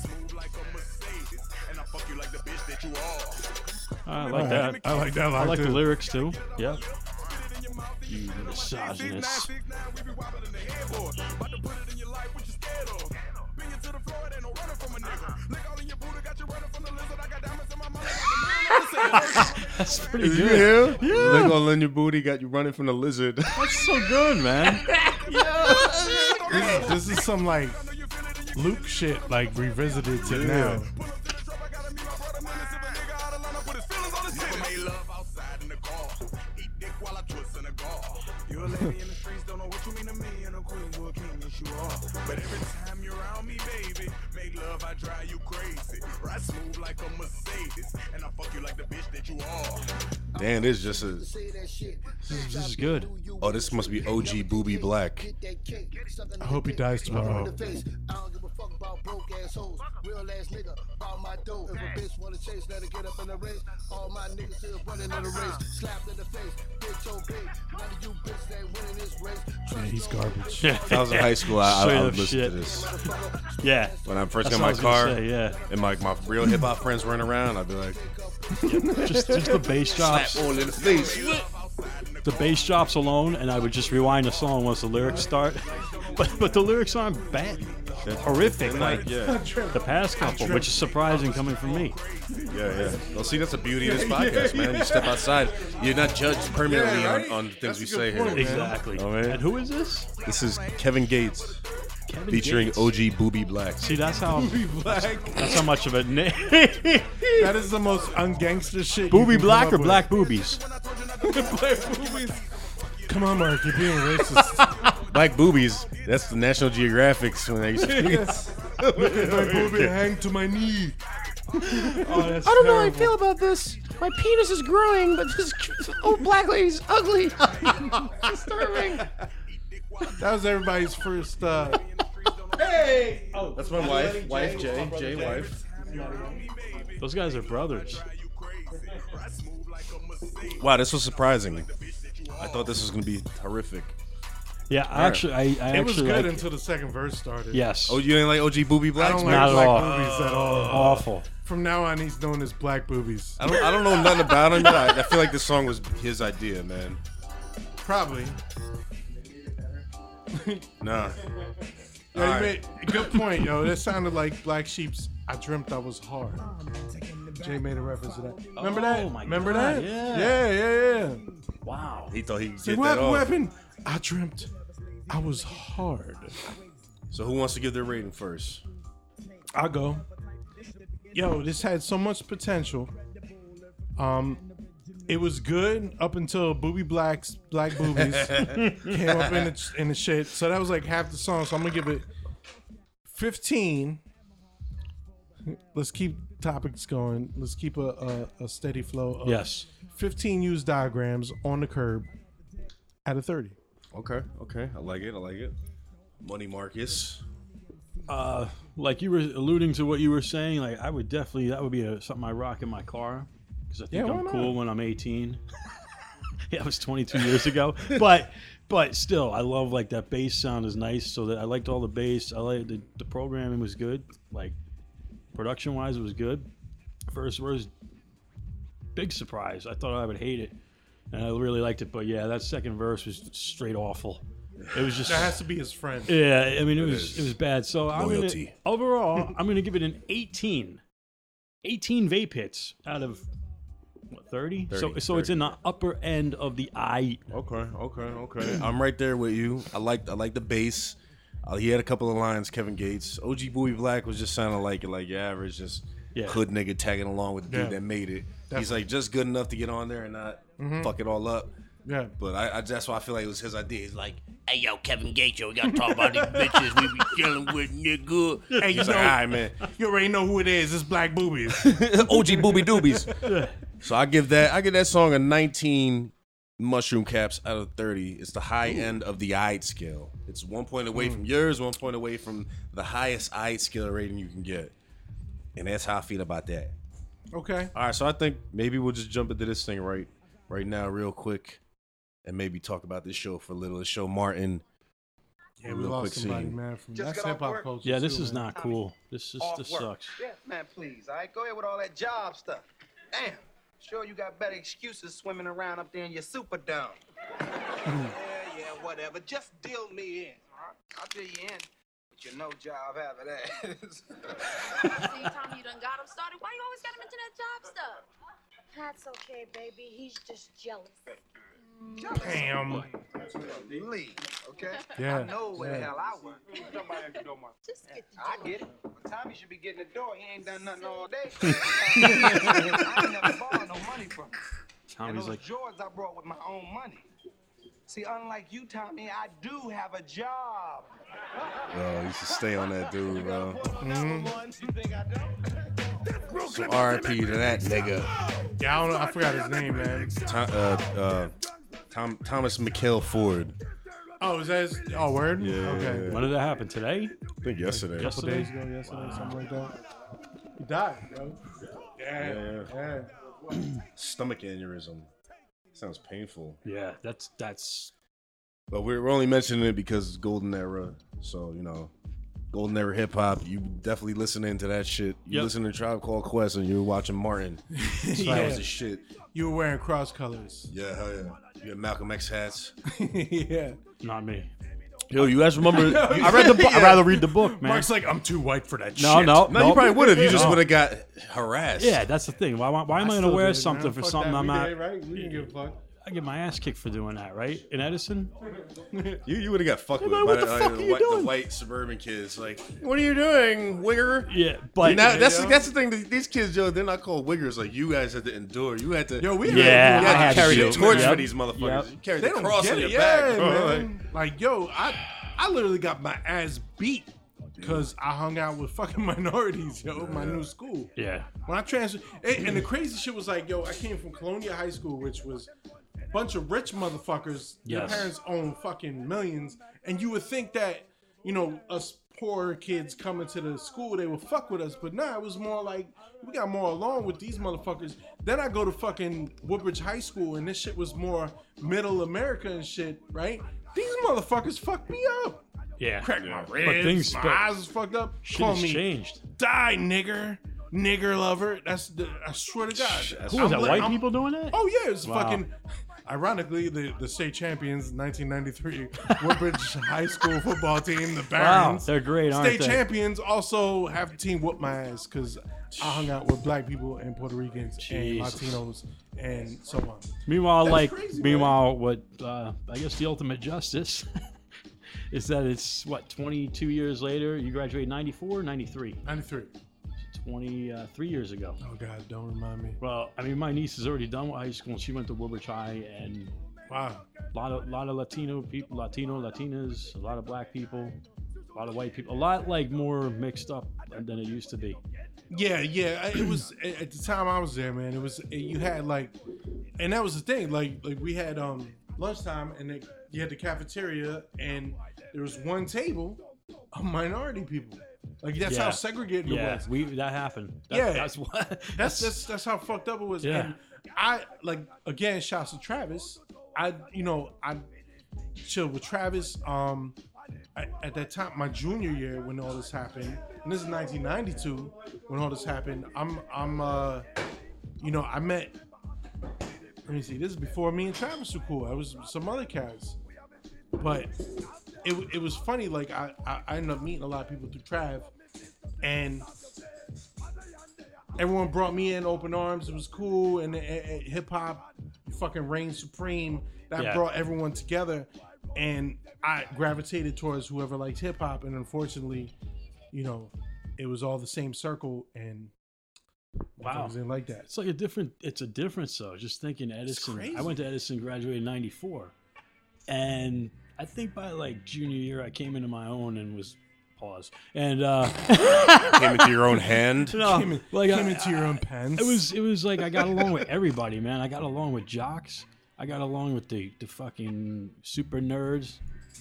I like that.
I like that. a lot
I like
too.
the lyrics too. Yep. You misogynist. That's pretty good.
Yeah. Lick all in your booty, got you running from the lizard.
That's so good, man.
This is some like Luke shit, like revisited to now.
Damn, this just a.
This is good.
Oh, this must be OG Booby Black.
I hope he dies tomorrow.
oh,
Yeah, he's garbage.
Yeah.
When I was in high school, I, I,
Straight
I
up
would listen
shit.
to this.
Yeah.
When I first
That's what
got
I
my
was gonna
car,
say, yeah.
and like my real hip hop friends running around, I'd be like,
Just, just the bass drops.
all in the face.
the bass drops alone, and I would just rewind the song once the lyrics start. But but the lyrics aren't bad, They're horrific like
Yeah,
the past couple, which is surprising coming from me.
yeah, yeah. Well, see, that's the beauty of this podcast, man. You step outside, you're not judged permanently
Yeah,
on,
right?
on the things
That's
we
a
say
good point,
here.
man.
Exactly.
Oh, man.
and who is this?
This is Kevin Gates
Kevin
featuring
Gates.
OG Booby Black.
See, that's how
Booby Black.
that's how much of a name.
That is the most ungangster shit. you
Booby
can come
black
up
or
with.
black boobies?
Black boobies. Come on, Mark, you're being racist.
Black boobies. That's the National Geographics when they used to
my booby hang to my knee. Oh,
I don't know how I feel about this. My penis is growing, but this old black lady's ugly. Disturbing.
That was everybody's first. Uh,
That's my wife, wife Jay, Jay wife.
Those guys are brothers.
Wow, this was surprising. I thought this was gonna be horrific.
Yeah, I actually, I, I actually
it was good
like it.
until the second verse started.
Yes.
Oh, you didn't like OG Booby
I
Black?
don't
Not at
like black
all.
boobies at all.
awful.
From now on, he's known as Black Boobies.
I don't, I don't know nothing about him, but I, I feel like this song was his idea, man.
Probably.
Nah.
Yeah, you
All right.
made- good point, yo. That sounded like Black Sheep's "I Dreamt I Was Hard."
Oh,
Jay made a reference to that. Remember that?
Oh my
Remember
God,
that?
yeah.
yeah, yeah, yeah.
Wow.
He thought he could
Say,
get
what
that off.
weapon? I dreamt I was hard.
So who wants to give their rating first?
I'll go. Yo, this had so much potential. Um, it was good up until Booby Black's Black Boobies came up in the, in the shit. So that was like half the song. So I'm gonna give it 15. Let's keep topics going. Let's keep a, a, a steady flow. Of
Yes.
15 used diagrams on the curb out of 30.
Okay, okay. I like it, I like it. Money Marcus.
like you were alluding to what you were saying like i would definitely that would be a, something i rock in my car because i think
Yeah, why
i'm
not?
cool when i'm 18 yeah it was 22 years ago but but still i love like that bass sound is nice so that i liked all the bass i like the, the programming was good like production wise it was good first verse big surprise i thought i would hate it and i really liked it but yeah that second verse was straight awful it was just
That has to be his friend.
yeah, I mean it, was it was bad. So
Loyalty.
I'm gonna, overall, I'm going to give it an 18. 18 vape hits out of what 30? so
30,
so it's in the upper end of the I.
Okay, okay, okay. I'm right there with you. I like I like the bass. Uh, he had a couple of lines, Kevin Gates. OG Booby Black was just sounding like like your average, just
Yeah.
hood nigga tagging along with the
Yeah.
dude that made it. He's like just good enough to get on there and not
Mm-hmm.
fuck it all up.
Yeah.
But I, I that's why I feel like it was his idea. He's like,
Hey, yo, Kevin Gates, yo, we gotta talk about these bitches we be dealing with, nigga.
Hey, you
he's like, all right, man.
you already know who it is. It's Black Boobies.
OG Booby Doobies. So I give that I give that song a 19 mushroom caps out of 30. It's the high end of the eyed scale. It's one point away from yours, one point away from the highest eyed scale rating you can get. And that's how I feel about that.
okay.
All right, so I think maybe we'll just jump into this thing right right now, real quick, and maybe talk about this show for a little. This show Martin.
Yeah, we
Real
lost
quick
somebody,
scene.
man. From
Just
that's
got off
hip hop
work.
culture.
Yeah, this
too,
is
man.
not cool. This is
Off
this
work.
sucks.
Yes, man, please. All right, go ahead with all that job stuff. Damn, sure you got better excuses swimming around up there in your superdome. yeah, yeah, whatever. Just deal me in. All right, I'll deal you in, but you're no job having that.
See, Tommy, you done got him started. Why you always gotta mention that job stuff? That's okay, baby. He's just jealous.
Damn.
Leave, okay? I
Yeah,
know where the
yeah.
hell I work.
Just get the
I
job.
get it. But Tommy should be getting the door. He ain't done nothing all day. I ain't never borrowed no money from him.
Tommy's
and
like,
those Jordans I brought with my own money. See, unlike you, Tommy, I do have a job.
Oh, you should stay on that dude, bro.
You think I don't?
So RIP to that nigga,
Yeah, I don't know. I forgot his name, man.
Tom, uh, uh, Tom Thomas McHale Ford.
Oh, is that? His, oh, word.
Yeah.
Okay.
when did that happen? Today?
I think yesterday.
couple days
Yesterday?
ago, yesterday, something like that. He died, bro. Yeah,
Yeah,
yeah.
Stomach aneurysm. Sounds painful.
Yeah, that's that's
But we're, we're only mentioning it because it's golden era. So you know, golden era hip hop. You definitely listening to that shit. You
Yep.
listen to Tribe Called Quest, and you're watching Martin. So That was the shit.
You were wearing cross colors.
Yeah, hell yeah. You had Malcolm X hats.
yeah.
not me.
Yo, you guys remember?
I read the book. I'd rather read the book, man.
Mark's like, I'm too white for that
no,
shit.
no,
No, you probably would have. You just
No.
would have got harassed.
Yeah, that's the thing. Why, why, why am I, gonna
still
wear
did it,
something
man.
for
Fuck
something
that.
I'm
We
not?
did, right? We didn't give a fuck.
I get my ass kicked for doing that, right? In Edison,
You, you would have got fucked with
man,
by
what the
like,
fuck are you
white, the
doing?
white suburban kids. Like, what are you doing, wigger?
yeah, but
now, that's
yeah.
that's the thing. that These kids, yo, they're not called wiggers. Like you guys had to endure. You had to.
Yo, we
Yeah,
you
I
had
had
to carry
to.
the torch
Yep.
for these motherfuckers.
Yep.
You carried
They
the
don't
cross
get
on your
it.
back,
Yeah,
Uh-huh.
bro. Like,
man. Like, yo, I, I literally got my ass beat because I hung out with fucking minorities, yo, in my new school.
yeah,
When I transferred, and, and the crazy shit was like, yo, I came from Columbia High School, which was a bunch of rich motherfuckers. Their
Yes.
parents own fucking millions, and you would think that, you know, us poor kids coming to the school, they would fuck with us, but nah, it was more like we got more along with these motherfuckers. Then I go to fucking Woodbridge High School, and this shit was more middle America and shit, right? These motherfuckers fucked me up.
yeah.
Cracked my ribs,
things-
my
but
eyes was fucked up.
Shit
Call
has
me
changed.
die, nigger, nigger lover. That's the, I swear to God.
Who was that?
I'm li-
White
I'm-
people doing that?
Oh yeah, it's
Wow.
fucking. Ironically, the, the state champions, 1993 Woodbridge High School football team, the Barons.
they're great, aren't
State
they?
champions also have the team whoop my ass because I hung out with black people and Puerto Ricans
Jesus.
and Latinos and so on.
Meanwhile, like
crazy,
meanwhile, what uh, I guess the ultimate justice is that it's what 22 years later. You graduated 94, 93,
93.
23 years ago.
Oh God, don't remind me.
Well, I mean, my niece is already done with high school, and she went to Woodbridge High, and
Wow.
a lot of lot of Latino people, Latino Latinas, a lot of black people, a lot of white people, a lot like more mixed up than it used to be.
Yeah, yeah. I- It was at at the time I was there, man. It was you had like, and that was the thing. Like, like we had um lunchtime, and they, you had the cafeteria, and there was one table of minority people. Like that's
Yeah.
how segregated it
Yeah,
was.
we that happened. That,
Yeah.
that's what.
That's that's that's how fucked up it was.
Yeah.
And I like again, shouts to Travis. I you know I chilled with Travis. Um, I, at that time, my junior year when all this happened, and this is 1992 when all this happened. I'm I'm uh, you know I met. Let me see. This is before me and Travis were cool. I was some other cats, but it, it was funny. Like I, I I ended up meeting a lot of people through Trav, and everyone brought me in open arms. It was cool, and, hip hop fucking reigned supreme. That
Yeah.
brought everyone together, and I gravitated towards whoever liked hip hop. And unfortunately, you know, it was all the same circle, and
Wow,
Motherfuckers didn't like that.
It's like a different. It's a difference though. Just thinking Edison. I went to Edison, graduated in '94, and I think by like junior year, I came into my own and was pause and uh
Came into your own hand?
No,
Came in-
like
came
I-
into your own
I-
pants?
It was it was like I got along with everybody, man. I got along with jocks. I got along with the the fucking super nerds.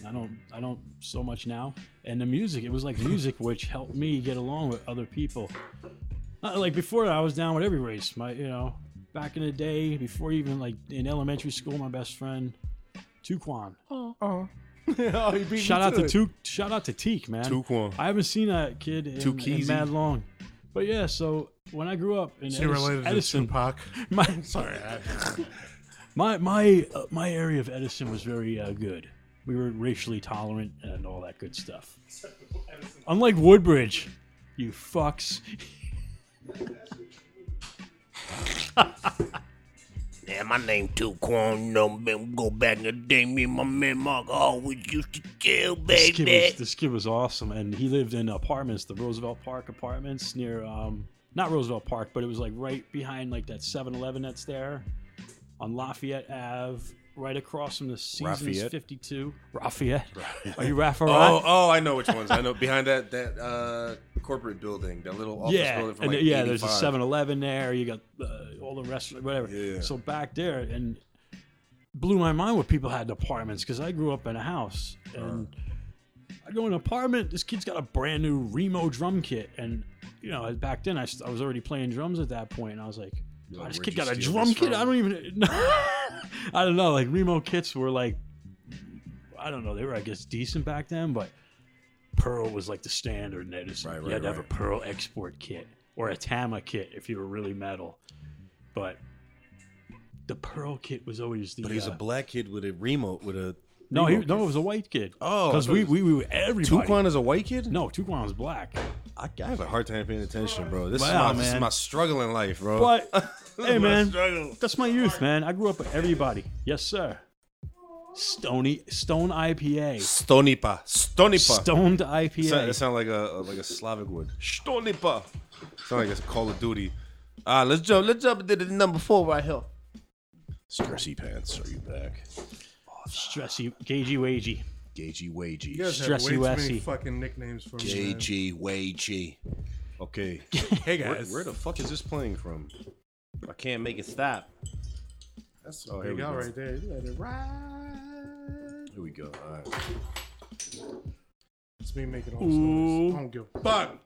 I don't I don't so much now. And the music, it was like music which helped me get along with other people. Not like before I was down with every race. My you know, back in the day, before even like in elementary school, my best friend Tuquan.
Oh. Oh.
he beat me
Shout out
to
to
it.
Tuke shout out to Teak, man.
Tuquan.
I haven't seen that kid in, in
Tukeezy.
mad long. But yeah, so when I grew up in
So
Edis-
you're related to
Edison,
Tupac?
My,
Sorry, I-
my my uh, my area of Edison was very uh, good. We were racially tolerant and all that good stuff. Unlike Woodbridge, you fucks.
Yeah, my name too Quan. You know, man, go back in the day. Me and my man Mark always used to chill,
This kid, was,
baby.
this kid was awesome, and he lived in apartments, the Roosevelt Park apartments near, um, not Roosevelt Park, but it was like right behind like that 7-Eleven that's there on Lafayette Ave, right across from the Seasons
Lafayette?
52. Lafayette. Are you Raffarat?
Oh, oh, I know which ones. I know behind that that uh, corporate building, that little office
yeah,
building. From
and
like
yeah, there's a
85.
7-Eleven there. You got uh, all the restaurants, whatever.
Yeah.
So back there, and blew my mind what people had in apartments because I grew up in a house and I go in an apartment. This kid's got a brand new Remo drum kit, and you know back then I, s- I was already playing drums at that point, and I was like,
You're
"Wow,
like,
this
"Where'd
kid
you
got a
steal
drum
this
kit. I
from?"
don't even. I don't know. Like Remo kits were like, I don't know. They were I guess decent back then, but Pearl was like the standard. And Edison. you
right,
had to have a
right.
Pearl export kit or a Tama kit if you were really metal. But the Pearl kit was always the.
But he's
uh,
a black kid with a remote with a.
no, he,
remote
no, it was a white kid.
Oh, I
because
thought
we,
it
we
was-
we were everybody.
Tuquan is a white kid.
No, Tuquan was black.
I, I have a hard time paying attention, bro. This,
Wow,
is, my, this
man.
is my struggling life, bro.
But
This
hey,
is my
man,
struggle.
that's my youth, man. I grew up with everybody. Yes, sir. Stony Stone IPA.
Stonipa, Stonipa,
Stoned
It sound- That
IPA.
sound like a a- like a Slavic word. Stonipa. Sound like a Call of Duty. Ah, let's jump. Let's jump into the number four right here. Stressy pants, are you back?
Stressy, gagey, wagey.
Gagey wagey.
You guys have way
Stressy
too many
wassy.
fucking nicknames for me. man.
Gagey wagey. Okay.
Hey
Where,
guys,
where the fuck is this playing from? I can't make it stop.
that's
Oh,
what
here
they
we
got
go.
right there. You let it ride.
Here we go. All right.
It's me making all the noise. I don't give a fuck.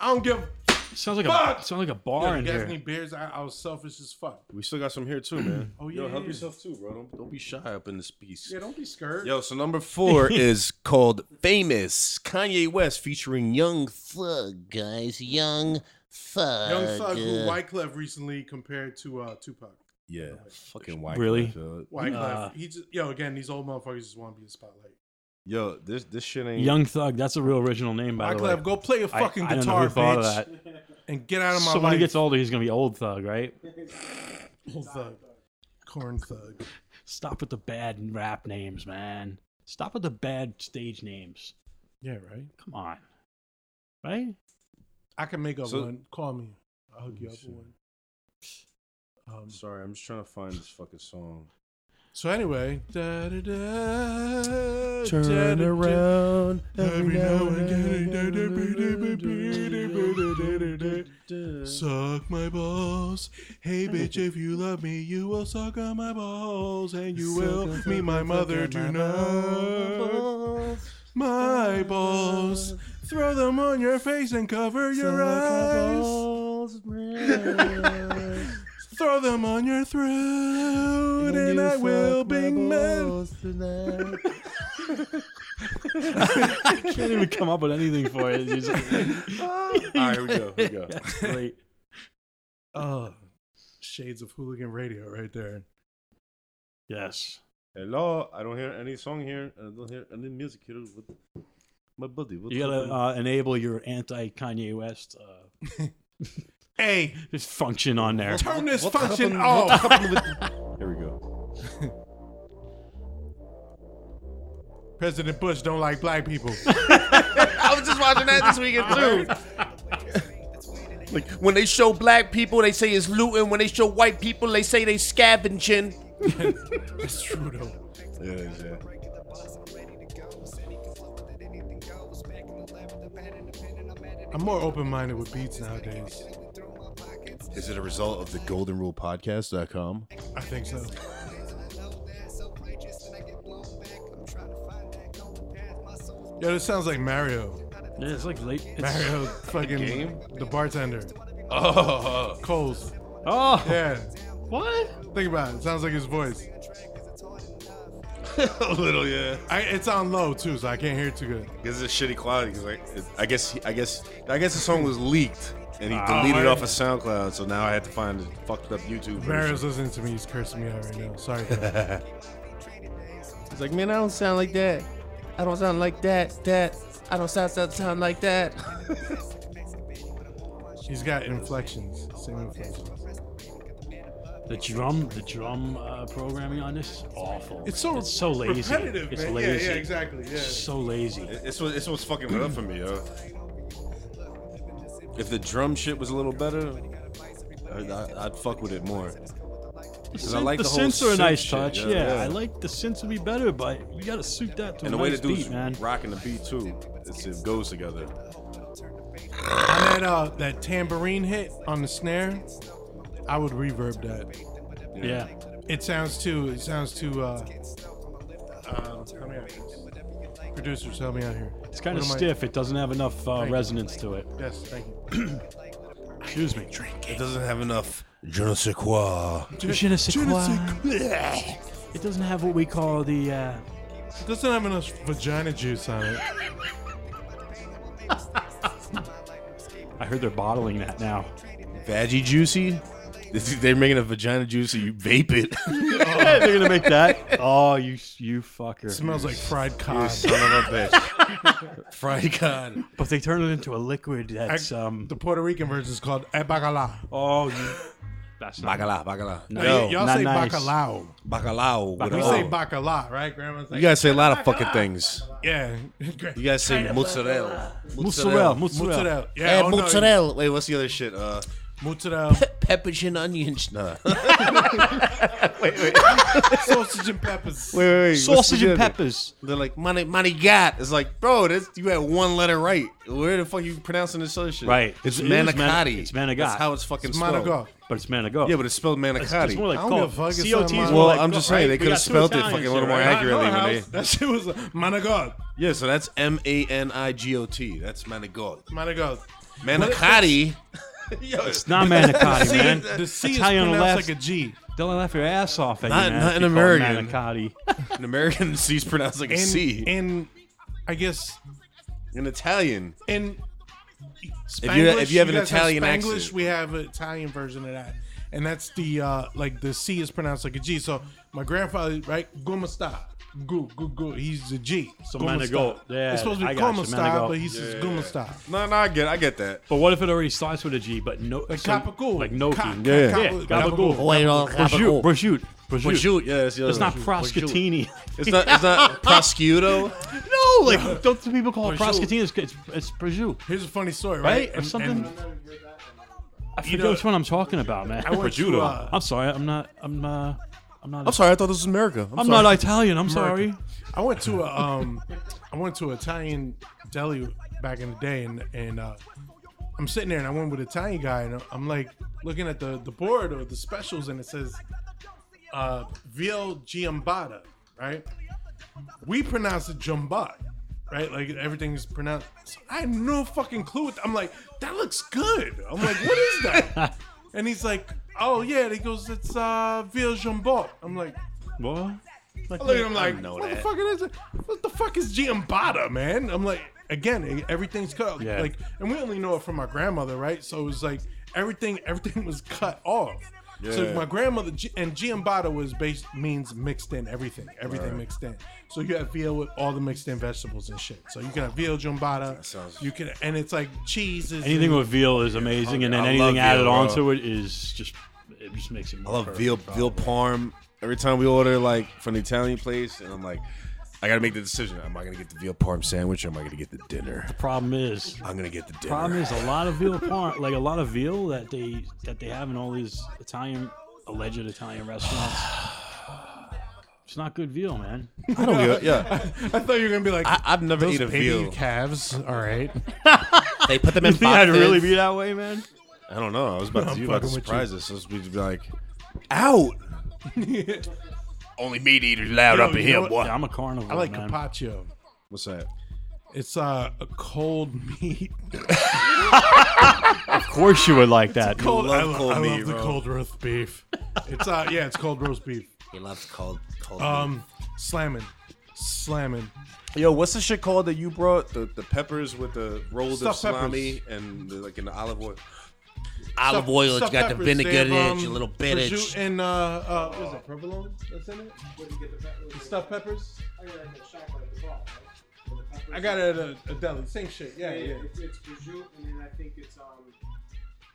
I don't give a
Sounds like a
Fuck!
sounds like a
fuck.
bar
You
in
guys
here.
need beers? I, I was selfish as fuck.
We still got some here too, man.
Oh,
Yo,
yeah,
help
yeah.
yourself too, bro. Don't, don't be shy up in this piece.
Yeah, don't be scared.
Yo, so number four is called Famous Kanye West featuring Young Thug, guys. Young Thug.
Young Thug, who Wyclef recently compared to uh, Tupac.
Yeah,
Oh,
fucking Wyclef.
Really?
yo.
Wyclef,
Nah.
he just yo again. These old motherfuckers just want to be in the spotlight.
Yo, this this shit ain't.
Young Thug. That's a real original name, by the way.
Wyclef, go play a
I-
fucking
I don't know who
guitar,
thought of
bitch, and get out of my
So when
life.
he gets older, he's gonna be old Thug, right?
Old thug, corn thug.
Stop with the bad rap names, man. Stop with the bad stage names.
Yeah, right.
Come on, right?
I can make up
So-
one. Call me. I'll hook you up with one. Um,
Sorry, I'm just trying to find this fucking song.
so anyway, da, da, da,
Turn around
every now and again. Suck my balls. Hey bitch, if you love me, you will suck on my balls, and you will me my mother do not. My balls. Throw them on your face and cover your eyes. Throw them on your throat, and, I will be mad.
Can't even come up with anything for it. He's
All right, here we go. Here we go.
great.
Oh, shades of hooligan radio right there.
Yes.
Hello, I don't hear any song here. I don't hear any music here. With my buddy, what's
You gotta
happening?
uh, enable your anti Kanye West uh,
Hey,
function on there.
turn this
What
function
happened-
off.
what happened with- here we go.
President Bush don't like black people.
I was just watching that this weekend too.
Like when they show black people, they say it's looting. When they show white people, they say they scavenging.
That's true though.
Yeah, yeah.
I'm more open minded with beats nowadays.
Is it a result of the Golden Rule Podcast.com?
I think so. Yo, this sounds like Mario.
Yeah, it's like late. It's
Mario fucking
game?
the bartender.
Oh,
Coles.
Oh,
Yeah.
what?
Think about it. Sounds like his voice.
a little, yeah.
I, it's on low too, so I can't hear it too good.
This is shitty quality. 'cause, like, it- I guess, he- I guess, I guess the song was leaked, and
Ah,
he deleted it
I-
off of SoundCloud. So now I had to find the fucked up YouTube. version.
Mario's listening to me. He's cursing me out right now. Sorry. bro.
It's like, man, I don't sound like that. I don't sound like that. That I don't sound sound, sound like that.
He's got inflections. Same inflections.
The drum, the drum uh, programming on this is awful.
It's so
it's so lazy.
repetitive,
it's
man. Yeah, yeah,
lazy.
exactly, yeah.
It's so lazy.
This was this was fucking rough for me, yo. If the drum shit was a little better, I'd, I'd fuck with it more. Because I
Synth-
like
the,
the, whole
synths are a
synth
nice
shit,
touch.
yeah,
Yeah,
yeah.
I like the synths would be better, but you gotta suit that to
And
a
the way
nice
to do
beat,
is
man.
rocking the beat too. It's, it goes together.
On that uh, that tambourine hit on the snare, I would reverb that.
Yeah,
It sounds too. It sounds too. Uh, um, help me out. Producers, help me out here.
it's kind of
What am I-
stiff. It doesn't have enough uh,
Thank you.
resonance to it.
Yes, thank you.
Excuse me.
It doesn't have enough je ne sais quoi.
Je ne sais quoi. It doesn't have what we call the. Uh,
It doesn't have enough vagina juice on it.
I heard they're bottling that now.
Vaggie juicy. This is- They're making a vagina juicy. You vape it.
they're gonna make that. Oh, you you fucker.
It smells like fried
You
cod.
Ah, son of a bitch. Fried cod.
But they turn it into a liquid that's
I-
um.
The Puerto Rican version is called eh, Ebagala.
Oh, you. That's not.
Bacala, bacala.
No.
Yo,
Y'all
not
say
nice. Oh.
bacalao.
bacalao. with
We
a
say
O.
bacala, right? Grandma's like,
You guys say a lot of fucking things.
yeah.
You guys say mozzarella.
Mozzarella, mozzarella.
mozzarella. Yeah, oh, no,
Wait, what's the other shit? Uh,
mozzarella.
Peppers and onions.
no.
sausage and peppers.
wait, wait, wait.
Sausage and peppers.
They're like money, money, got. It's like, bro, that's, you had one letter right. Where the fuck you pronouncing this other shit?
Right.
It's
It is man-
manicotti.
it's manigot.
That's how it's fucking
It's
spelled.
Monaco.
But it's Manago.
Yeah, but it's spelled manicotti.
it's more like
I don't give a fuck,
cult.
it's
COT's
not mine.
more
well,
like
I'm
cult,
just saying
right?
they
We
could
got
have
two
spelled it
Italians
fucking a
here,
little more
right?
accurately
Not
when
house.
they.
That shit was a managot.
Yeah, so that's M A N I G O T. That's manigot.
Managot.
Manicotti.
It's not manicotti, man.
The C is
Italian
pronounced
last-
like a G.
Don't laugh your ass off at
Not-
you, man.
not
if
an
you call it
American.
manicotti.
An American C's pronounced like a
And,
C.
and I guess
In Italian.
in Spanglish,
you- if you have an
guys
Italian
Spanglish,
accent.
we have an Italian version of that, and that's the uh, like the C is pronounced like a G. So my grandfather, right, gumasta, gu gu gu, he's a G.
So
Guma
manigot.
sta.
Yeah,
it's supposed to be
I got you,
gumasta,
manigot.
but he says gumasta.
No, no, I get, I get that.
But what if it already starts with a G, but no,
Like
so-
capicool.
like gnocchi,
Ca-
yeah,
yeah.
yeah,
capicool.
gabagool, prosciutto, prosciutto, prosciutto.
Shoot, yeah, it's, the
It's not
other one.
prosciutini.
It's not. It's not prosciutto.
no, like don't the people call it
Prosciutto.
prosciutini? It's, it's, it's prosciutto,
Here's a funny story,
right?
right?
Or
And-
something.
and
I forget
know-
which one I'm talking about, man.
I went to, uh,
I'm sorry, I'm not. I'm. Uh, I'm not.
I'm sorry, I thought this was America.
I'm not Italian. I'm sorry.
I went to a um, I went to an Italian deli back in the day, and and uh, I'm sitting there, and I went with an Italian guy, and I'm like looking at the the board of the specials, and it says uh, veal giambata, right? We pronounce it jambat, right? Like everything's pronounced. I had no fucking clue. What I'm like, that looks good. I'm like, what is that? and he's like, oh yeah. And he goes, it's uh, veal jambat. I'm like.
What? Like,
I look at him like,
know
what the
that.
fuck it is? What the fuck is Giambata, man? I'm like, again, e, everything's cut.
Yeah.
Like, and we only know it from my grandmother, right? So it was like everything, everything was cut off. So
Yeah.
my grandmother G- and Giambata was based means mixed in everything, everything mixed in. So you have veal with all the mixed in vegetables and shit. So you can have veal Giambata.
sounds-
You can, and it's like cheeses.
anything
and-
with veal is amazing, and then
I
anything
love
added
veal,
onto it is just it just makes it.
I
More
love
perfect.
veal, veal parm. Every time we order like from the Italian place, and I'm like, I gotta make the decision. Am I gonna get the veal parm sandwich or am I gonna get the dinner? The
problem is
I'm gonna get the dinner.
Problem is a lot of veal par- like a lot of veal that they that they have in all these Italian alleged Italian restaurants. It's not good veal, man.
I don't give a- yeah.
I thought you were gonna be like,
I- I've never
those
eaten a
baby
veal."
calves. All right,
They put them in You think I'd boxes. really be that way,
man?
I don't know. I was about
No,
to
I'm
you about to
fucking with
surprise us. So it's be like out.
Only meat eaters loud
Yo,
up in
you
here,
know what?
boy.
Yeah, I'm a
carnivore.
I like
man.
carpaccio.
What's that?
It's uh, a cold meat.
Of course you would like that.
cold, I, lo- I love the cold roast beef. It's uh, yeah, it's cold roast beef.
He loves cold, cold.
Um, slamming, slamming.
Yo, what's the shit called that you brought? The the peppers with the rolled up
Stuffed peppers.
salami and the, like in the olive oil.
Olive oil, it's
Stuffed
got the
peppers,
vinegar
they have,
in it,
um,
your little bit of
prosciutto and uh, uh, what is it, provolone? That's in it. Where did you get the, pe- the stuffed peppers? I got it at a, a deli. Same shit. Yeah, yeah,
It's, it's prosciutto, and then I think it's um,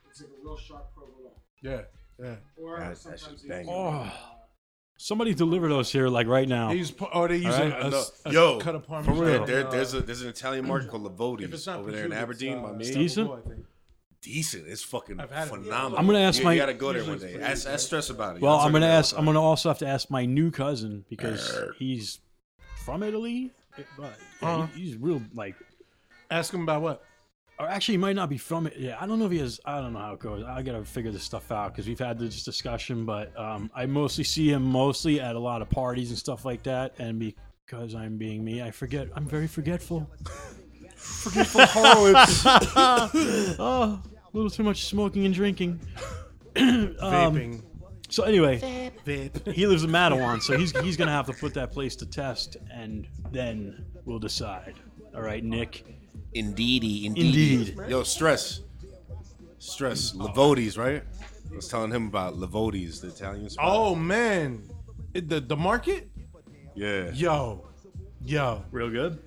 it's like a real sharp provolone.
yeah, yeah.
Or
That- that
sometimes
shit's
they use-
banging. Oh.
Somebody deliver those here like right now.
They use par- oh, they use
All
a-
right?
a-
I know.
a
Yo,
cut of
for
Parmesan,
real, there-
uh,
there's a there's an Italian market called
If it's
Lavodi's
not
over there in
prosciutto, it's,
Aberdeen.
uh,
my man,
it's decent? I
Decent. It's fucking
I've had it.
phenomenal.
I'm gonna ask
you,
my-
You gotta go there
Usually it's
one day.
pretty
Ask, ask stress about it.
Well,
Y'all
I'm gonna
talking about
ask. I'm gonna also have to ask my new cousin because he's from Italy. But
Uh-huh.
yeah, he- he's real like.
Ask him about what?
Or actually, he might not be from it. Yeah, I don't know if he has. I don't know how it goes. I gotta figure this stuff out because we've had this discussion. But um, I mostly see him mostly at a lot of parties and stuff like that. And because I'm being me, I forget. I'm very forgetful. forgetful Horowitz. oh, a little too much smoking and drinking. Um,
Vaping.
So anyway,
Vape. Vape.
he lives in Mattawan, so he's he's gonna have to put that place to test, and then we'll decide. All right, Nick.
Indeedy,
indeed.
Yo, stress. Stress. Lavodi's, right? I was telling him about Lavodi's, the Italian spot.
Oh man, It- the the market.
Yeah.
Yo, yo,
real good.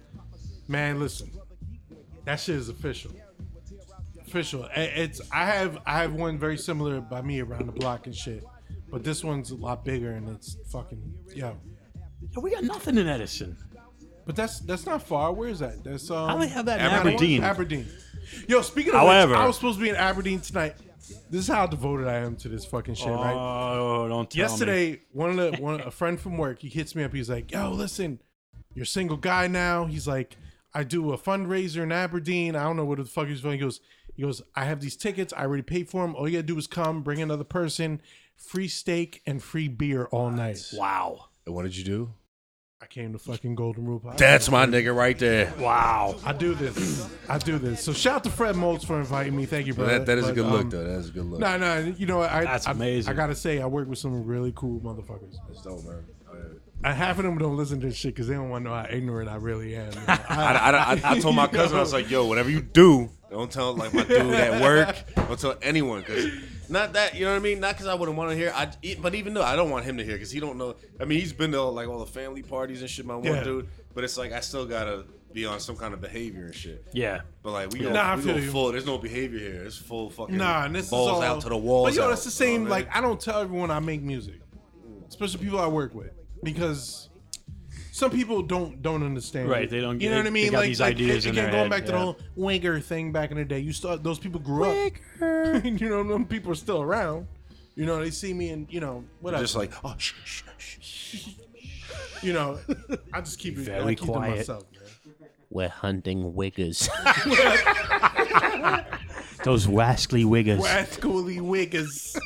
Man, listen, that shit is official. Official. I- It's I have I have one very similar by me around the block and shit, but this one's a lot bigger and it's fucking yo.
Yo, we got nothing in Edison.
But that's that's not far. Where is that? That's um.
How they have that in
Mattawan?
Aberdeen?
Aberdeen. Yo, speaking of
However-
which, I was supposed to be in Aberdeen tonight. This is how devoted I am to this fucking shit, right?
Oh, don't tell me.
Yesterday, one of the one a friend from work, he hits me up. He's like, "Yo, listen, you're a single guy now." He's like, "I do a fundraiser in Aberdeen. I don't know what the fuck he's doing." He goes, "He goes, I have these tickets. I already paid for them. All you gotta do is come, bring another person, free steak and free beer all night."
Wow.
And what did you do?
I came to fucking Golden Rule Podcast.
That's my nigga right there.
Wow.
I do this. I do this. So shout out to Fred Moulds for inviting me. Thank you,
Well,
brother.
that, that is a
But,
good look,
um,
though. That is a good look.
No, no, you know what? I,
That's
I-
amazing.
I gotta say, I work with some really cool motherfuckers.
That's dope, man.
And half of them don't listen to this shit because they don't want to know how ignorant I really am.
I, I, I, I told my cousin, I was like, yo, whatever you do, don't tell like my dude at work. Don't tell anyone. Cause not that, you know what I mean? Not because I wouldn't want to hear. I, e- but even though I don't want him to hear because he don't know. I mean, he's been to like all the family parties and shit, my one
Yeah.
dude. But it's like, I still got to be on some kind of behavior and shit.
Yeah.
But like, we
Yeah.
go,
Nah, I
we
feel
go
you.
full. There's no behavior here. It's full fucking
nah, and this
balls
is all,
out to the walls.
But yo,
out,
that's the
you know
same.
what I mean?
like, I don't tell everyone I make music, especially people I work with, because some people don't don't understand.
Right,
it.
they don't-
You know
they-
what
they
I mean?
got
like,
these
like,
ideas in
again,
their
going
head,
back to
yeah.
the whole wigger thing back in the day. You still those people grew up. you know, them people are still around. You know, they see me and you know
They're
whatever.
Just like, oh, shh, shh, shh.
you know, I just keep it
Very
I keep it to
quiet.
myself.
We're hunting wiggers.
Those rascally wiggers.
Rascally wiggers.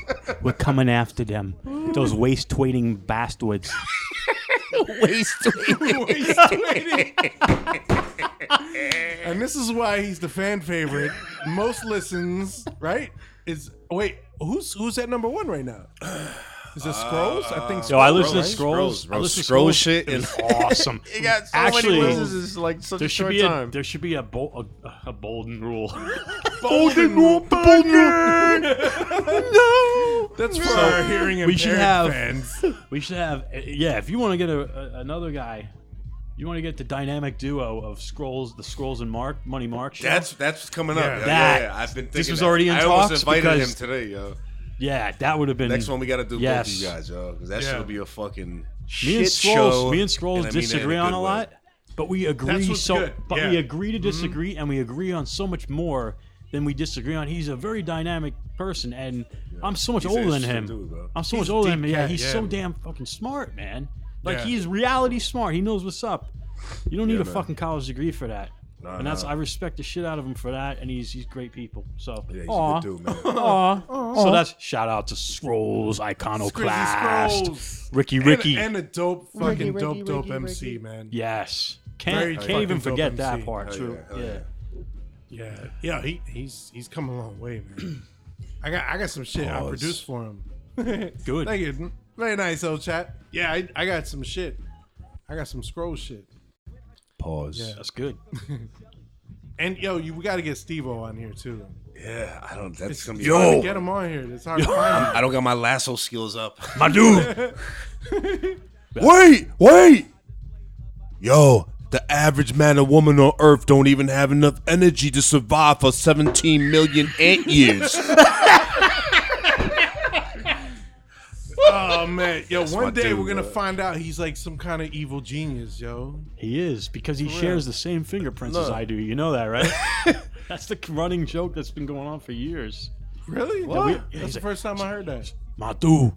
We're coming after them. Those waist waiting bastards.
Waste
Waist waiting. and this is why he's the fan favorite. Most listens, right? Is wait, who's who's at number one right now? Is it Scrolls? I think. Scrolls,
Yo, I listen to
right?
Scrolls.
Scrolls, bro.
I listen to
Scroll
Scrolls.
shit
It
is-
was awesome.
It got so many
Actually,
listens, it's like such a
there should
short
be a
time.
there should be a, bol- a, a Bolden rule.
Bolden
rule, Bolden
no, that's for our hearing impaired
we should have
fans.
we should have uh, yeah. If you want to get a, a, another guy, you want to get the dynamic duo of Scrolls, the Scrolls and Mark Money Mark. Show.
That's that's coming up.
Yeah.
Yeah,
That-
yeah, yeah. I've been thinking
this was
that.
already in
I almost
talks
invited
because-
him today, yo.
yeah, that would have been
Next one we got to do
yes.
both of you guys, yo, because that
Yeah.
should be a fucking
Me and
shit
Scrolls,
show,
me and
and
Scrolls
I mean that in a
disagree on
good
a
way.
lot, but we agree
That's what's
so.
good,
But
yeah.
we agree to
Mhm.
disagree, and we agree on so much more than we disagree on. He's a very dynamic person, and I'm so much
He's an
older than
interesting
him.
dude, bro.
I'm so
He's
much
a
older
deep
than him. Yeah,
cat,
he's
yeah.
so damn fucking smart, man. Like
Yeah.
he's reality smart. He knows what's up. You don't need
Yeah, Oh,
a
man.
fucking college degree for that.
Nah,
and that's
nah.
I respect the shit out of him for that, and he's he's great people. So yeah,
he's a
aw.
good dude, man.
Aw.
Aw.
So that's shout out to Scrolls Iconoclast,
Scrolls.
Ricky
And-
Ricky,
and a dope
Ricky,
fucking dope Ricky, dope Ricky, MC Ricky. man.
Yes. Can't-
Very
can't
fucking
even
dope
forget that
MC.
part,
Hell
too.
hell
Yeah.
yeah, yeah. He he's he's come a long way, man. I got I got some shit I
Pause.
produced for him.
Good.
Thank you. Very nice, old chat. Yeah, I, I got some shit. I got some scroll shit.
Pause.
Yeah.
That's good.
And yo, you we got to get Steve-O on here too.
Yeah, I don't. That's
It's-
gonna be
it's hard to get him on here. It's hard to find him.
I don't got my lasso skills up.
My dude.
wait, wait. Yo, the average man or woman on Earth don't even have enough energy to survive for 17 million ant years.
oh man, yo,
That's my
one day
dude,
we're gonna
bro.
find out he's like some kind of evil genius, yo.
He is because he
For real.
shares the same fingerprints as
Look.
I do. You know that, right? that's the running joke that's been going on for years.
Really?
Yeah,
What?
we-
That's the first time I heard that.
My dude,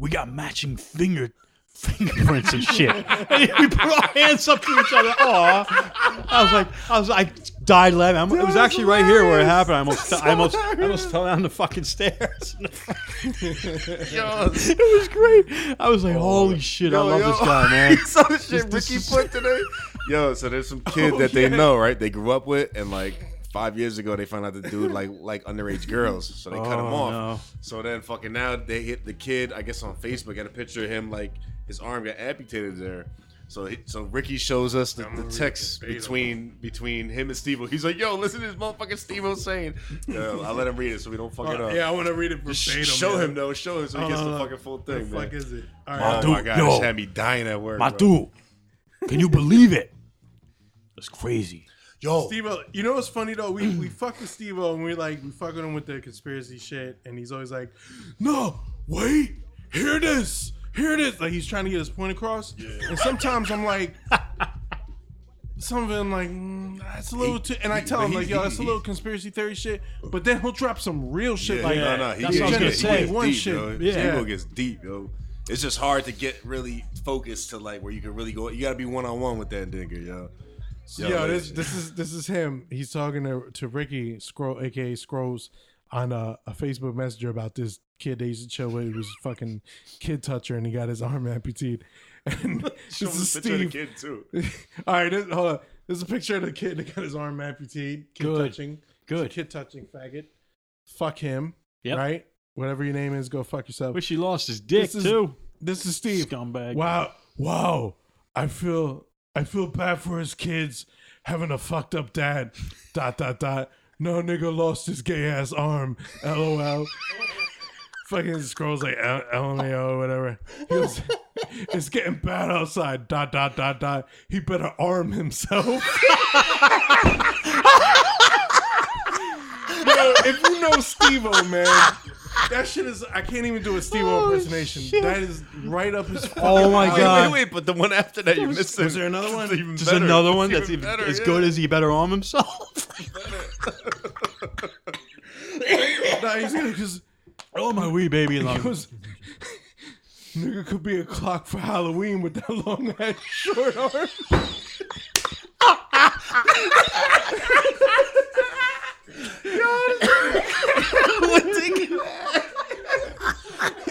we got matching finger fingerprints and shit. And we put our hands up to each other. Aw. I was like, I was, I died laughing. I'm- it was actually right here where it happened. I almost, I almost, I almost fell down the fucking stairs. it was great. I was like, holy shit, I
Yo,
love
yo.
this guy, man.
You saw the
This-
shit
this
Ricky
is-
put today? Yo, so there's some kid
Oh,
that they
yeah.
know, right? They grew up with, and like five years ago, they found out the dude like like underage girls, so they cut him
Oh,
off.
no.
So then, fucking now they hit the kid. I guess on Facebook, got a picture of him like his arm got amputated there. So he, so Ricky shows us the, the text between between him and Steve. He's like, "Yo, listen to this motherfucking Steve saying." Yo, I let him read it so we don't fuck it
Uh,
up.
yeah, I wanna read it
Just
verbatim,
Show
yeah.
him though. Show him so he
Hold
gets
on,
the
hold on.
fucking full
Uh, The
thing.
fuck
man.
is it? All
Oh
right, all
my
right.
god,
Yo.
this had me dying at work.
My
bro.
dude, can you believe it? It's crazy.
Yo,
Steve you know what's funny though? We we fuck with Steve and we like we fucking him with the conspiracy shit, and he's always like, No, wait, hear this, hear this. Like he's trying to get his point across. And sometimes I'm like Some of it I'm like, mm, that's a little too, and I
he-
tell him
he-
like, yo,
he-
that's a little conspiracy theory shit. But then he'll drop some real shit like,
no, no, he
that's
gets,
what I was
he
gonna
gets
say. One
deep,
shit,
yo.
yeah.
Steve-O gets deep, yo. It's just hard to get really focused to like where you can really go. You got to be one on one with that nigga, yo.
Yo, this this is this is him. He's talking to, to Ricky Scroll, aka Scrolls, on a, a Facebook Messenger about this kid they used to chill with. He was a fucking kid toucher, and he got his arm amputated. And this
Show him
is
the picture of the
Steve.
kid, too.
All right, this, hold on. This is a picture of the kid that got his arm amputated. Kid
Good.
touching.
Good.
Kid touching faggot. Fuck him.
Yep.
Right. Whatever your name is, go fuck yourself.
Wish he lost his dick
This is-
too.
This is Steve.
Scumbag.
Wow, wow. I feel I feel bad for his kids having a fucked up dad. Dot dot dot. No nigga lost his gay ass arm. LOL. Fucking scrolls like L- LMAO or whatever. He was, it's getting bad outside. Dot dot dot dot. He better arm himself. Yo, if you know Steve O, man, that shit is. I can't even do a Steve O impersonation. That is right up his.
Oh my
fucking alley.
god!
but the one after that you missed.
Was there another one? Even
Just another one that's even, as good as he better arm himself.
Nah, he's gonna because
oh my wee baby long.
goes, nigga could be a clock for Halloween with that long ass short arm.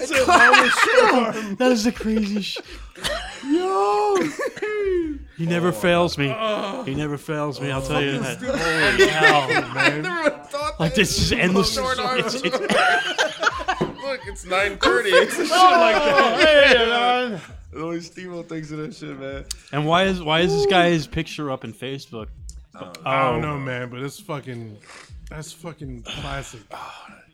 It's a long and short arm.
that is the crazy sh- Yo, he never fails me. He never fails me. I'll tell you that. Holy hell, man! Like this is endless. It's, it's,
Look, it's nine thirty.
Oh,
shit like
that. hey, man.
Always Steve-O thinks of that shit, man.
and why is why is this guy's picture up in Facebook?
Uh,
Oh.
I don't know, man, but it's fucking. That's fucking classic.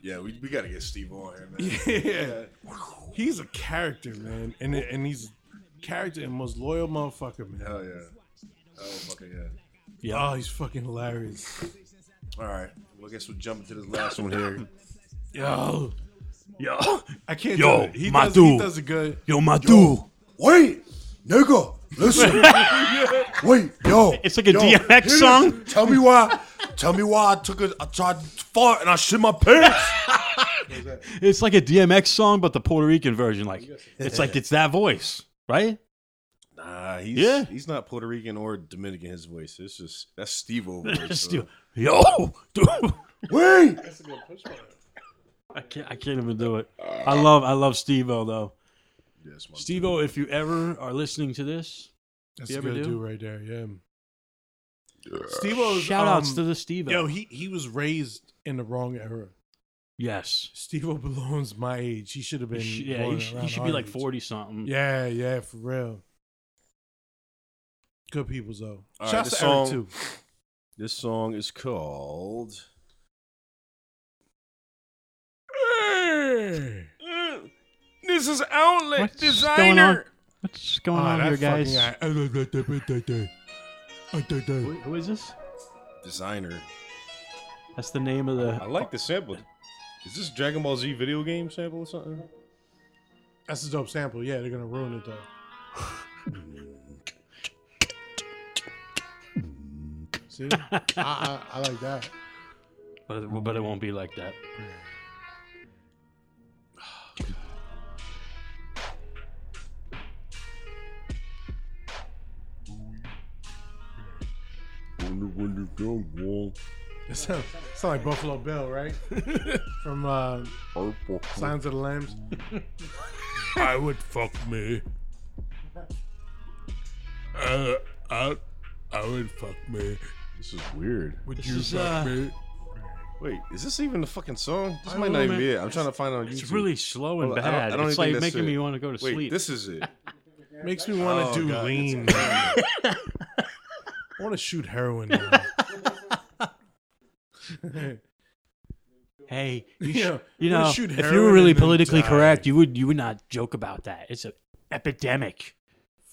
Yeah, we, we gotta get Steve on here, man.
Yeah, he's a character, man, and and he's a character and most loyal motherfucker, man.
Hell yeah. Hell fucking yeah.
Yeah. Oh, he's fucking hilarious.
All right. Well, I guess we'll jump into this last one here.
Yo,
Yo,
I can't.
Yo,
do it. He
my
does, He
dude.
does it good.
yo, my dude,
wait, nigga, listen, wait, yo.
It's like a
yo,
DMX
here it is.
song.
Tell me why. Tell me why I took a, I tried to fart and I shit my pants.
It's like a DMX song, but the Puerto Rican version. Like it's like it's that voice, right?
Nah, he's
Yeah.
he's not Puerto Rican or Dominican. His voice, it's just that's Steve over.
Steve- Yo, dude.
wait.
I can't. I can't even do it. I love. I love Steve-O though. Yes, Steve-O. If you ever are listening to this,
That's
if you
a
ever
good
do,
dude right there. Yeah. Steve O's
Shout outs to the Steve-O.
um, Yo, he he was raised in the wrong era.
Yes.
Steve O belongs my age. He should have been.
He should- yeah, he
born
sh- he
around
should be
our
like
age.
40 something.
Yeah, yeah, for real. Good people though.
All right,
Shouts
this
to Eric
song-
too.
This song is called.
This is outlet
What's going on?
designer.
What's going
Ah,
on here,
that fucking
guys?
guy.
Who, who is this?
Designer.
That's the name of the.
I like the sample. Is this Dragon Ball Z video game sample or something?
That's a dope sample. Yeah, they're gonna ruin it though. See, I, I, I like that.
But it, but it won't be like that.
It sounds, it sound like Buffalo Bill, right? From uh, Signs of the Lambs.
I would fuck me. Uh, I, I would fuck me.
This is weird.
Would
This
you
is,
fuck
uh,
me?
Wait, is this even the fucking song? This
I
might
don't
not
know,
even be
man.
it. I'm trying to find it on YouTube.
It's really slow and
Hold on, I don't-
bad.
I don't
It's
even
like
think that's
making
it.
me wanna go to
Wait,
sleep.
This is it.
Makes me want to
Oh,
do
God,
lean.
it's-
I want to shoot heroin. now.
Hey, you,
Yeah,
sh- you
we're gonna
know,
shoot
if you
heroin
were really
and then
politically
die.
correct, you would you would not joke about that. It's an epidemic.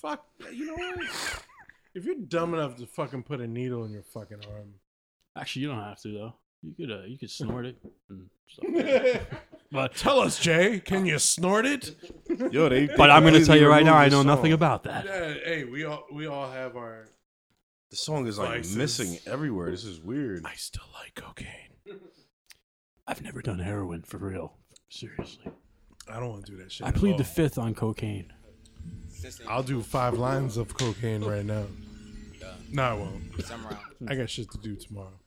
Fuck, you know what? If you're dumb enough to fucking put a needle in your fucking arm,
Actually, you don't have to though. You could uh, you could snort it. And stuff. but
tell us, Jay, can you snort it?
Yo, they-
But I'm gonna tell you right now, I know
Completely
nothing
removed the
about that.
Yeah, hey, we all we all have our.
The song is like
Vices.
missing everywhere. This is weird.
I still like cocaine.
I've never done heroin for real. Seriously,
I don't want to do that shit.
I
at
plead
all.
the fifth on cocaine.
I'll do five lines of cocaine right now. No, I won't.
Some round.
I got shit to do tomorrow.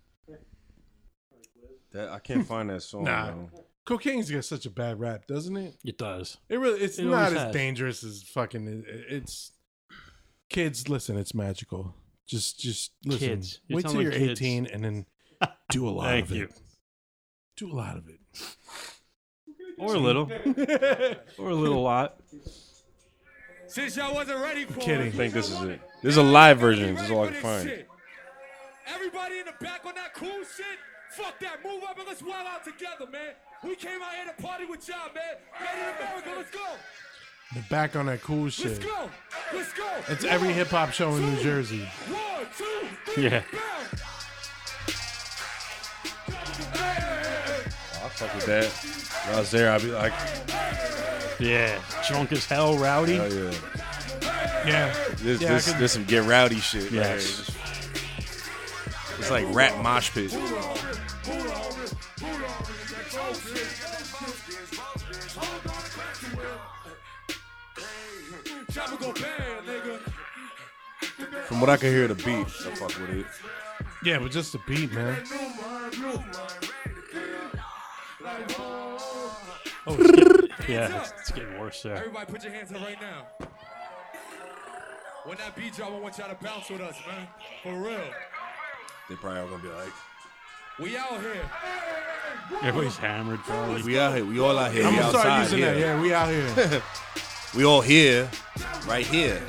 That I can't find that song.
Nah,
though.
cocaine's got such a bad rap, doesn't it?
It does.
It really, it's
It
not
always
as
has.
dangerous as fucking. it- it- It's kids. Listen, it's magical. Just, just listen.
Kids. You
Wait
sound
till
like
you're
kids.
18 and then do a lot
Thank
of it.
you.
Do a lot of it.
Or a little, or a little lot.
Since y'all wasn't ready for
kidding. I
it,
think this is it. This is a live version. This is all I
ready
can
for this
find.
shit. Everybody in the back on that cool shit, fuck that. Move up and let's wild out together, man. We came out here to party with y'all, man. Made in America, let's go.
They're back on that cool
Let's
shit.
go. Let's go.
It's every hip hop show in New Jersey.
One, two, three.
Yeah.
I fuck with that. If I was there, I'd be like,
yeah, drunk as hell, rowdy.
Hell yeah.
Yeah.
This
Yeah, I
this
can-
this some get rowdy shit. right
Yes.
here. It's like rap mosh pit.
Chopper go bad, nigga.
From what I can hear, the beat. I fuck with it.
Yeah, but just the beat, man.
Oh, it's get- yeah, it's, it's getting worse there.
Everybody put your hands up right now. When that beat drop, I want y'all to bounce with us, man. For real.
They probably are gonna be like,
We out here.
Everybody's hammered, probably.
we out here. We all out here.
I'm
we
gonna start
outside
using
here.
that. Yeah, we out here.
We all here, right here.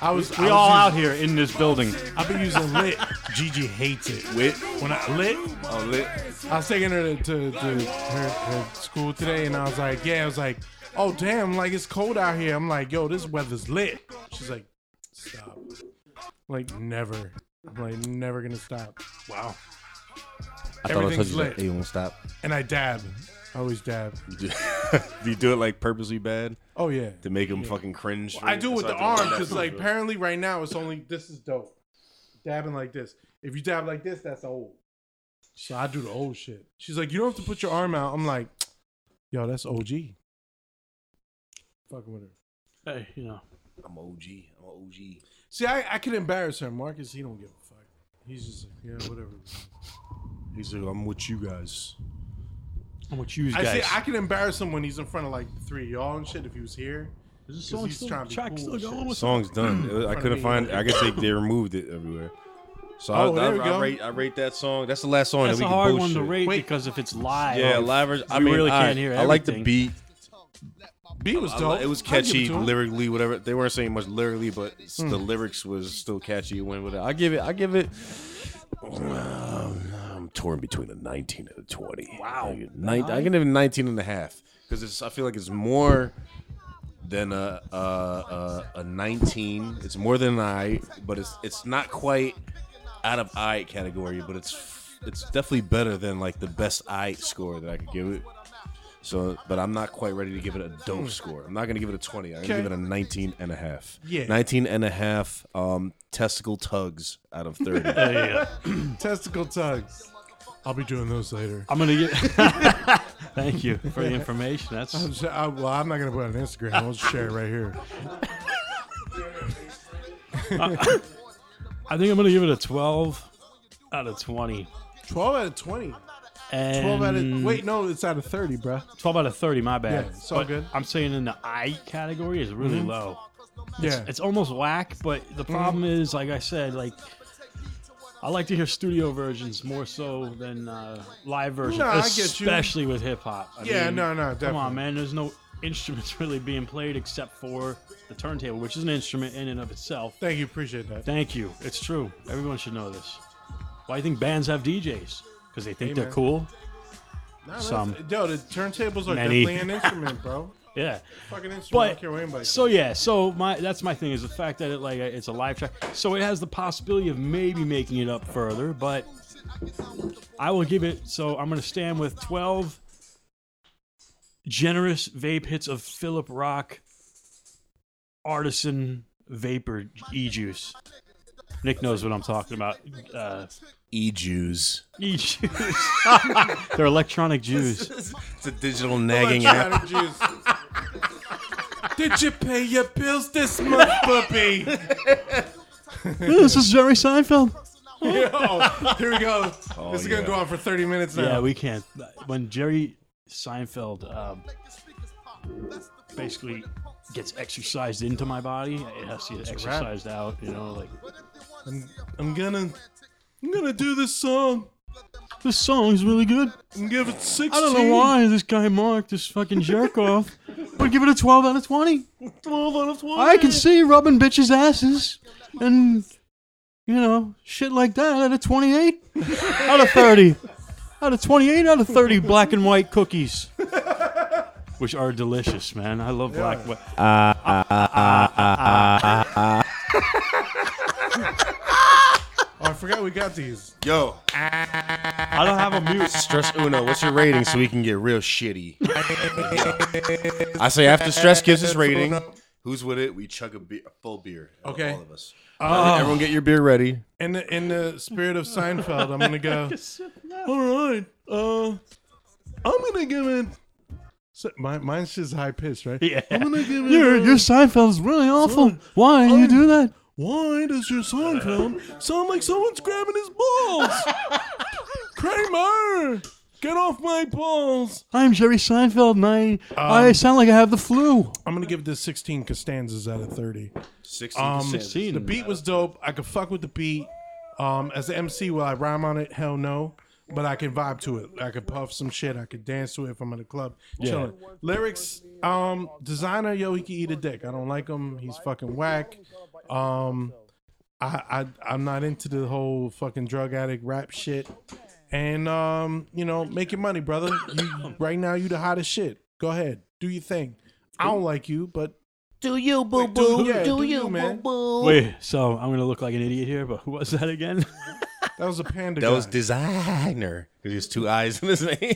I was.
We
I was
all
using-
out here in this building.
I've been using lit. Gigi hates it.
Wit.
When I lit.
Oh, lit.
I was taking her to, to, to her, her school today, and I was like, yeah, I was like, oh damn, like it's cold out here. I'm like, yo, this weather's lit. She's like, stop. I'm like never. I'm like never gonna stop. Wow.
I thought I told
Everything's
you that
lit.
it won't stop.
And I dab. I always dab.
do you do it like purposely bad?
Oh, yeah.
To make him fucking cringe.
I do it with the
That's
arm
how I
because, like,
definitely
apparently right now it's only this is dope. Dabbing like this. If you dab like this, that's old. So I do the old shit. She's like, you don't have to put your arm out. I'm like, yo, that's OG. Fucking with her.
Hey, you know.
I'm OG. I'm an OG.
See, I, I could embarrass her. Marcus, he don't give a fuck. He's just like, yeah, whatever.
He's like, I'm with you guys.
I'm with you
I see, I can embarrass him when he's in front of like the three of y'all and shit. If he was here,
is this
song
still- track still going? What's
Song's done. It was- I couldn't find. I guess they, they removed it everywhere. So I-
Oh,
I,
there we
I,
go.
rate. I rate that song. That's the last song
That's
that
a
we
hard
can
one
bullshit.
to rate because if it's live,
Yeah,
um,
live. vers- I
we
mean,
really
I,
can't hear.
I like the
everything.
beat.
Beat was
I- I
dope.
li- It was
I'll give it
catchy
to 'em.
lyrically, whatever. They weren't saying much lyrically, but s- the
Hmm.
lyrics was still catchy. It went with it. I give it. I give it. um, I'm torn between a 19 and a 20. Wow. Nine, I can give it 19 and a half because it's. I feel like it's more than a a, a a 19. It's more than an I, but it's it's not quite out of I category, but it's f- it's definitely better than like the best I score that I could give it. So, but I'm not quite ready to give it a dope score. I'm not going to give it a 20. I'm
Hmm. Okay.
going to give it a 19 and a half.
Yeah.
19 and a half um, testicle tugs out of 30.
Testicle tugs. I'll be doing those later.
I'm gonna get. Thank you for the information. That's
I'm just- I- uh, well, I'm not gonna put it on Instagram. I'll just share it right here.
I, I think I'm gonna give it a 12 out of 20.
Twelve out of twenty.
And
Twelve out
Mm.
of wait, no, it's out of thirty, bruh.
12 out of 30. My bad.
Yeah, it's all
But
good.
I'm saying in the I category is really
Mhm.
low.
Yeah.
It's, it's almost whack, but the problem
Mm.
is, like I said, like. I like to hear studio versions more so than uh, live versions,
Nah, I get you.
especially with hip hop. I
Yeah,
mean,
no, no,
Come on,
definitely.
man. There's no instruments really being played except for the turntable, which is an instrument in and of itself.
Thank you, appreciate that.
Thank you. It's true. Everyone should know this. Why do you think bands have DJs? Because they think
Hey,
they're
man.
cool.
Nah, that's-
Some.
Yo, the turntables are
Many.
definitely an instrument, bro.
Yeah.
Fucking instrument. I don't care what anybody
But, so yeah, so my that's my thing is the fact that it like uh, it's a live track, so it has the possibility of maybe making it up further. But I will give it. So I'm gonna stand with 12 generous vape hits of Philip Rock artisan vapor e juice. Nick knows what I'm talking about. Uh,
e Jews.
e juice. They're electronic Jews.
It's a digital nagging
Electronic
app.
juice. Did you pay your bills this month, puppy?
this is Jerry Seinfeld.
Yo, here we go.
Oh,
this is gonna
yeah.
go on for thirty minutes now.
Yeah, we can't. When Jerry Seinfeld um, basically gets exercised into my body, it has to get
It's a wrap.
exercised out. You know, like
I'm, I'm gonna I'm gonna do this song.
this song is really good.
And give it six.
I don't know why this guy Mark, this fucking jerk off, would give it a twelve out of twenty.
Twelve out of twelve.
I can see rubbing bitches' asses and you know shit like that out of twenty-eight, out of thirty, out of twenty-eight, out of thirty black and white cookies, which are delicious, man. I love black. Wh-
Oh, I forgot we got these.
Yo.
I don't have a mute.
Stress Uno, what's your rating so we can get real shitty? I say after Stress gives his rating, who's with it? We chug a, beer, a full beer.
Okay.
All of us.
Oh.
Everyone get your beer ready.
In the in the spirit of Seinfeld, I'm gonna go. All right, uh, I'm gonna give it. So, my, mine's just high pitched, right?
Yeah.
I'm gonna give it.
Your
uh,
your Seinfeld is really awful. Why do you do that?
Why does your Seinfeld sound like someone's grabbing his balls? Kramer, get off my balls!
I'm Jerry Seinfeld, and I I sound like I have the flu.
I'm gonna give this 16 Costanzas out of 30.
16 Costanzas.
16.
The beat was dope. I could fuck with the beat. Um, as an MC, will I rhyme on it? Hell no. But I can vibe to it. I could puff some shit. I could dance to it if I'm in the club.
Yeah.
Chilling. Lyrics, um, designer, yo, he can eat a dick. I don't like him. He's fucking whack. Um, I, I I'm not into the whole fucking drug addict rap shit. And um, you know, make your money, brother. You, right now, you the hottest shit. Go ahead, do your thing. I don't like you, but
Do you, boo
Wait, do-
boo?
yeah,
do,
do you,
you, boo
man.
boo?
Wait, so I'm gonna look like an idiot here, but who was that again?
that was a panda.
That was
guy.
designer because he has two eyes in his name.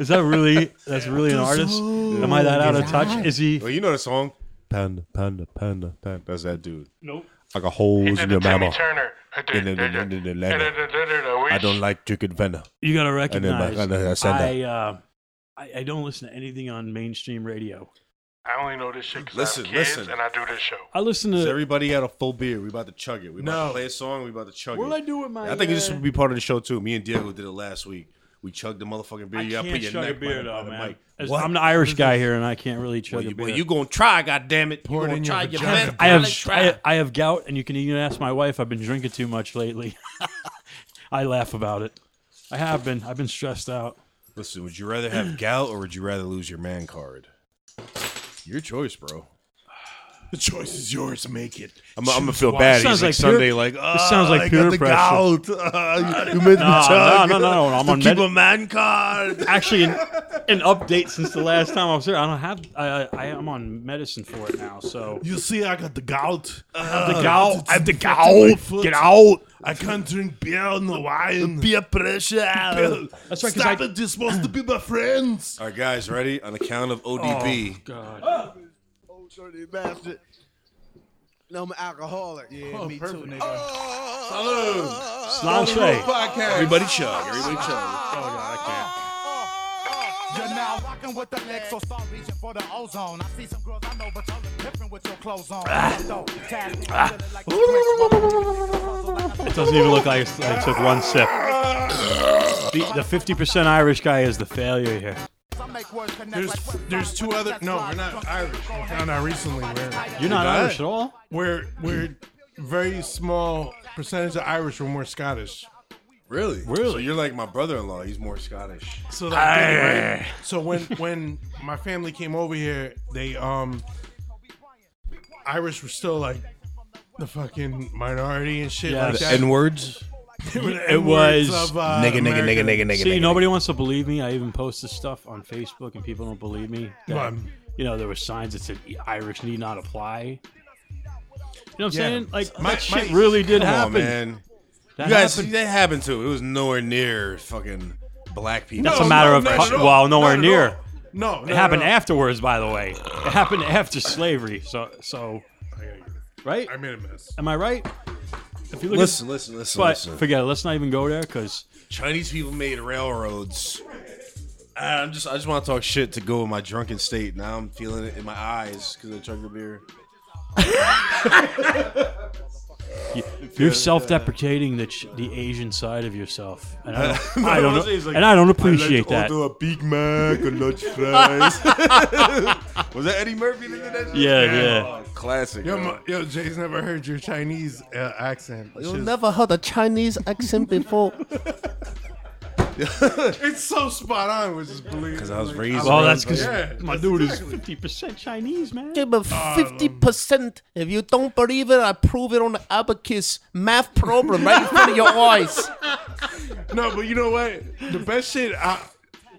Is that really? That's really an artist. Am I that out of touch? Is he?
Well, you know the song. Panda, panda, panda, panda. That's that dude.
Nope.
I got holes in
And
your
then Timmy
mama.
Turner.
And then- and then- and then- and then- I don't like chicken venom.
You gotta
And then my-
recognize.
and then I said that.
I, uh, I I don't listen to anything on mainstream radio.
I only know this shit because I
Listen,
have kids
listen.
and I do this show.
I listen to.
Does everybody got a full beer? We about to chug it. We about to play a song. We about to chug
What'll
it.
I do with my,
I think this
uh,
would be part of the show too. Me and Diego did it last week. We chugged the motherfucking beer.
I
you gotta
can't
put your
chug a
neck by
beer
the- by
though,
the
man.
mic.
As-
What?
I'm the Irish guy here, and I can't really chug
Well,
a
you,
beer.
well, you gonna try? Goddamn it! You
it
gonna
in
try
your
your
vagina.
best?
I have
Gotta try.
I, I have gout, and you can even ask my wife. I've been drinking too much lately. I laugh about it. I have been. I've been stressed out.
Listen, would you rather have gout or would you rather lose your man card? Your choice, bro.
The choice is yours. Make it.
I'm, I'm gonna feel
Choose
bad. He's like,
wisely.
Sunday, like
This
ah,
sounds like
I
peer
got the
pressure.
gout. Ah, you, you made
Nah,
me chug.
Uh, no, no, no, no, I'm
to
on
keep
med-
a man card.
Actually, an, an update since the last time I was here. I don't have. I, I I'm on medicine for it now. So
You see, I got the gout. I
have the gout. Uh, I have the gout. Get
out. I can't drink beer no wine. Beer pressure.
That's right, 'cause
Stop
I- Uh,
it. You're supposed to be my friends.
All right, guys, ready? On the count of ODB.
Oh, God.
Old dirty bastard. No, I'm an alcoholic. Yeah, me too, nigga.
Slanche.
Podcast.
Everybody chug. Everybody chug.
Oh,
You're now rocking with the next, so start reaching for the ozone. I see some girls I know, but y'all look different with your clothes on.
Ah.
So, tag me,
Ah.
feeling like a Prince.
It doesn't even look like I took one sip. The- The fifty percent Irish guy is the failure here.
There's, there's two other. No, we're not Irish. We found out recently. We're,
You're not Irish at all?
We're we're very small percentage of Irish. We're more Scottish.
Really? Really? So you're like my brother-in-law. He's more Scottish.
So that right? so when when my family came over here, they um Irish were still like the fucking minority and shit
Yeah,
like
the
that.
N-words?
They were the
It was
N-words of, uh, America.
See, nobody wants to believe me. I even post this stuff on Facebook, and people don't believe me. that,
Right.
you know, there were signs that said Irish need not apply. You know what I'm
Yeah.
saying? Like
My-
that shit
my-
really did
come on,
happen,
man.
That
you guys,
happened.
that happened too. It was nowhere near fucking black people.
That's a matter of
That
pu-
shit-
well, nowhere near.
No,
it
no,
happened
no.
afterwards. By the way, it happened after slavery. So, so right? I
made a mess.
Am I right? If you
Listen, listen, listen,
But
listen.
forget it. Let's not even go there because
Chinese people made railroads. I'm just, I just want to talk shit to go with my drunken state. Now I'm feeling it in my eyes because I chugged the beer.
You're
uh,
self-deprecating the ch- the Asian side of yourself, and I don't,
No,
I don't know-
he's like,
and I don't
"I'd like to
appreciate that.
order a Big Mac, a large fries. Was that Eddie Murphy that did that? shit?
Yeah, yeah.
Classic.
Yo,
bro.
mo- yo, Jay's never heard your Chinese uh, accent. It's
You
just-
never heard a Chinese accent before.
it's so spot on, which is believable.
'Cause I was
Like,
raised
Well,
around
that's
the-
because my dude is
exactly.
fifty percent Chinese, man.
Give me fifty percent. If you don't believe it, I prove it on the abacus math problem right in front of your eyes.
No, but you know what? The best shit. I,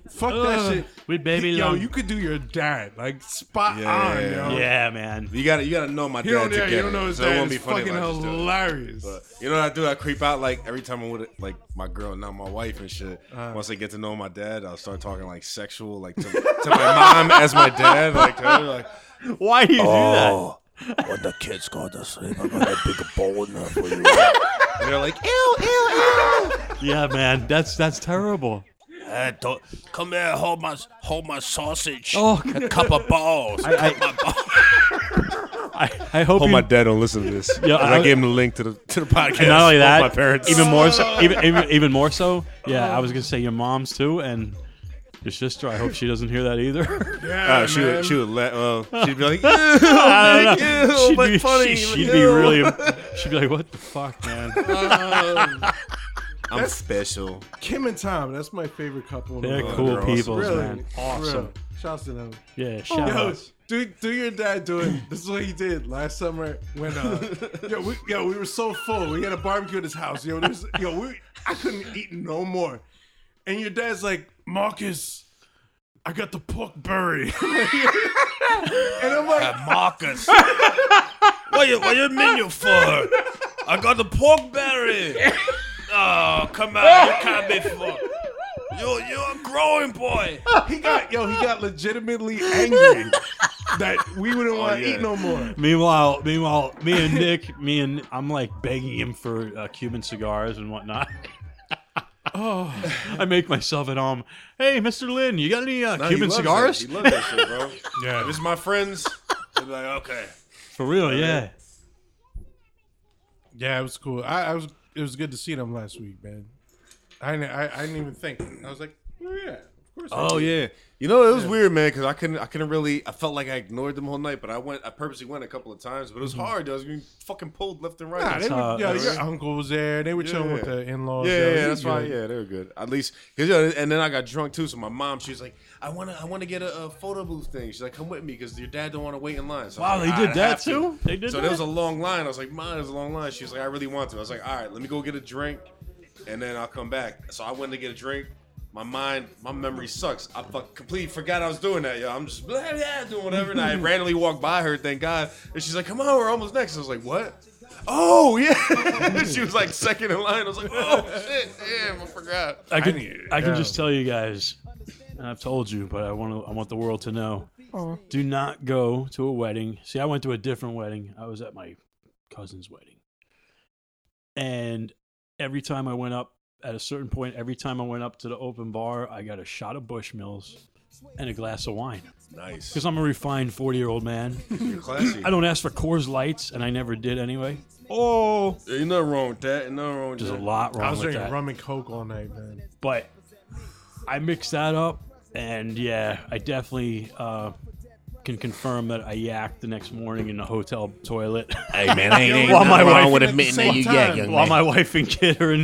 fuck
Uh,
that shit.
with baby
yo,
lung.
you could do your dad like spot on,
Yeah,
yo.
Yeah, man.
You gotta, you gotta know my
He
dad
don't-
to
yeah,
get
you don't
it,
know his
so it
dad.
won't be
It's
funny if
fucking
I just do it.
hilarious.
But you know what I do? I creep out like every time I'm with like my girl, now my wife and shit.
Uh-huh.
Once I get to know my dad, I'll start talking like sexual, like to, to my mom as my dad. Like, to her, like
why do you
Oh,
do that? When the kids go to sleep, I'm gonna pick a boner for you.
and they're like,
ew, ew, ew.
yeah, man. That's that's terrible.
Hey, Uh, don't- come here, hold my hold my sausage.
Oh.
a cup of balls.
I- I-
cup of balls.
I hope
Hope
you-
my dad don't listen to this.
Yeah,
'cause I,
I-
gave him the link to the to the podcast.
And not only
Both
that,
my parents.
even more so, even, even even more so. Yeah, I was gonna say your mom's too, and your sister. I hope she doesn't hear that either.
Yeah, Oh, she would- man. she would let- well, she'd be like, "Ew,
I don't
Nick,
know.
ew,
she'd
but
be,
funny,
She,
but
she'd be
ew."
really. She'd be like, "What the fuck, man?"
Um,
I'm special.
Kim and Tom, that's my favorite couple. in the
They're
world.
cool
Oh, They're awesome.
people,
Oh,
Really,
man.
for
Awesome.
real. Shouts to them.
Yeah, shout
yo,
outs.
Do, do your dad do it. This is what he did last summer when uh, yo, we, yo, we were so full. We had a barbecue at his house. Yo, there's, yo, we, I couldn't eat no more. And your dad's like, Marcus, I got the pork berry. and I'm like,
Marcus. what you what you menu for? I got the pork berry. Oh, come on, you can't be fucked.
Yo, you're a growing boy.
he got yo, he got legitimately angry that we wouldn't
Oh,
want to
yeah.
eat no more.
Meanwhile, meanwhile, me and Nick, me and I'm like begging him for uh, Cuban cigars and whatnot.
Oh,
I make myself at home. Hey, Mister Lin, you got any uh,
No, he
Cuban
loves
cigars?
That. He loves that shit, bro.
Yeah.
If it's my friends, they'd be like, okay.
For real, yeah.
Yeah, it was cool. I, I was it was good to see them last week, man. I didn't, I, I didn't even think. I was like, oh yeah, of course. I
Oh
did.
yeah, you know it was
Yeah.
weird, man, because I couldn't, I couldn't really, I felt like I ignored them whole night, but I went, I purposely went a couple of times, but it was
Mhm.
hard. though. I was being fucking pulled left and right.
Nah, they were, yo,
That's
your
right.
uncle was there. They were chilling with the in laws.
Yeah, yeah, that's why. Yeah, they were good. At least, 'cause, yo, and then I got drunk too. So my mom, she was like, "I want to, I want to get a, a photo booth thing." She's like, "Come with me, because your dad don't want to wait in line." So
Wow,
I was
they
like,
did
"Alright, I
that
have to."
too? They did
So there was a
that?
long line. I was like, "Mine is a long line." She was like, "I really want to." I was like, "All right, let me go get a drink, and then I'll come back." So I went to get a drink. My mind, my memory sucks. I fuck, completely forgot I was doing that, yo. I'm just blah, blah, doing whatever, and I randomly walked by her. Thank God, and she's like, "Come on, we're almost next." I was like, "What?" Oh yeah, she was like second in line. I was like, "Oh shit, damn, I forgot."
I can,
need-
I can
yeah.
just tell you guys. and I've told you, but I want to. I want the world to know. Do not go to a wedding. See, I went to a different wedding. I was at my cousin's wedding, and every time I went up, at a certain point, every time I went up to the open bar, I got a shot of Bushmills and a glass of wine.
Nice.
Because I'm a refined 40 year old man.
You're classy.
I don't ask for Coors Lights, and I never did anyway.
Oh, yeah, ain't nothing wrong with that. Ain't nothing wrong with
There's
that.
a lot wrong
I was
with
drinking
that.
rum and coke all night, man.
but I mixed that up, and yeah, I definitely uh, can confirm that I yacked the next morning in the hotel toilet.
Hey, man, ain't- ain't
while
nothing
my
wrong
wife
with admitting that you yacked, young
While
man.
my wife and kid are in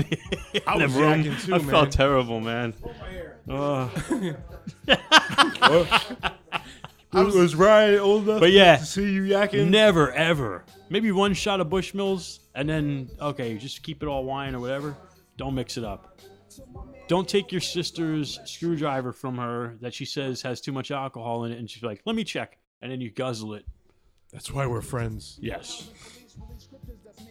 the,
I
in the
was
room,
yacking too,
I
man.
felt terrible, man. Uh,
I was, right old enough
but yeah,
see you yakking.
Never ever. Maybe one shot of Bushmills, and then okay, just keep it all wine or whatever. Don't mix it up. Don't take your sister's screwdriver from her that she says has too much alcohol in it, and she's like, "Let me check," and then you guzzle it.
That's why we're friends.
Yes.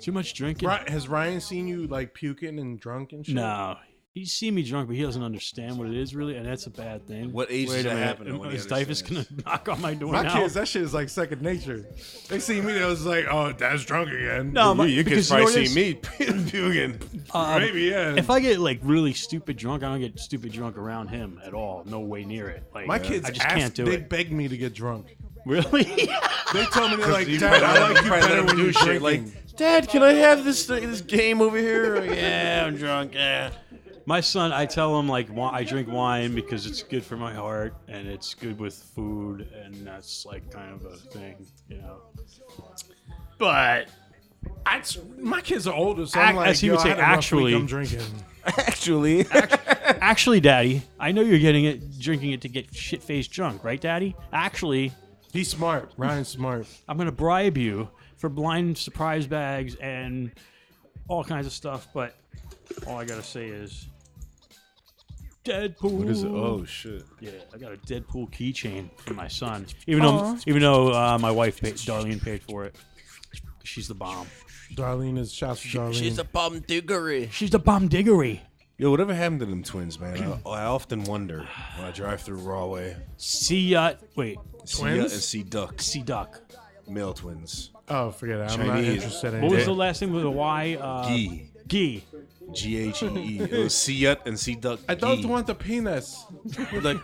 Too much drinking.
Ri- Has Ryan seen you like puking and drunk and shit?
No, he's seen me drunk, but he doesn't understand what it is really, and that's a bad thing.
What age
Wait
does
a
that
minute.
happen when he
Is typhus gonna
understands?
knock on my door
My
now?
kids, that shit is like second nature. They see me, they was like, "Oh, dad's drunk again."
No, my-
you, you
because
kids
you know
probably
what
see me
it
puking.
Um,
Maybe yeah.
If I get like really stupid drunk, I don't get stupid drunk around him at all. No way near it. Like
my kids,
I just
ask-
can't do
They
it.
beg me to get drunk.
Really?
they tell me they're like,
You
"Dad,
probably-
I like
you
you
probably
better
let
when
him
you
do shit,
drink."
like-
Dad, can I have this this game over here? yeah, I'm drunk. Yeah.
My son, I tell him like wi- I drink wine because it's good for my heart and it's good with food and that's like kind of a thing, you know.
But
I, my kids are older, so
Ac-
I'm like,
as he would
"Yo, I
say,
had a rough week,
actually-
I'm drinking.
Actually,
actually, Daddy, I know you're getting it, drinking it to get shit faced drunk, right, Daddy? Actually,
he's smart. Ryan's smart.
I'm gonna bribe you for blind surprise bags and all kinds of stuff, but all I gotta say is Deadpool.
What is it? Oh shit.
Yeah, I got a Deadpool keychain for my son. Even though,
Aw.
even though uh, my wife, paid, Darlene, paid for it. She's the bomb.
Darlene is shots for Darlene.
bomb diggery.
She's the bomb diggery.
Yo, whatever happened to them twins, man? I, I often wonder when I drive through Rawway.
Sea yacht. uh, Wait.
Sea yacht and sea duck.
Sea duck.
Male twins.
Oh, forget it. I'm not
Chinese.
interested in
What was
Yeah.
the last name with a Y? Uh,
Gee.
Gee.
G H E E. It was Sea yacht and sea duck.
I don't
E?
gee.
want the penis.
Like,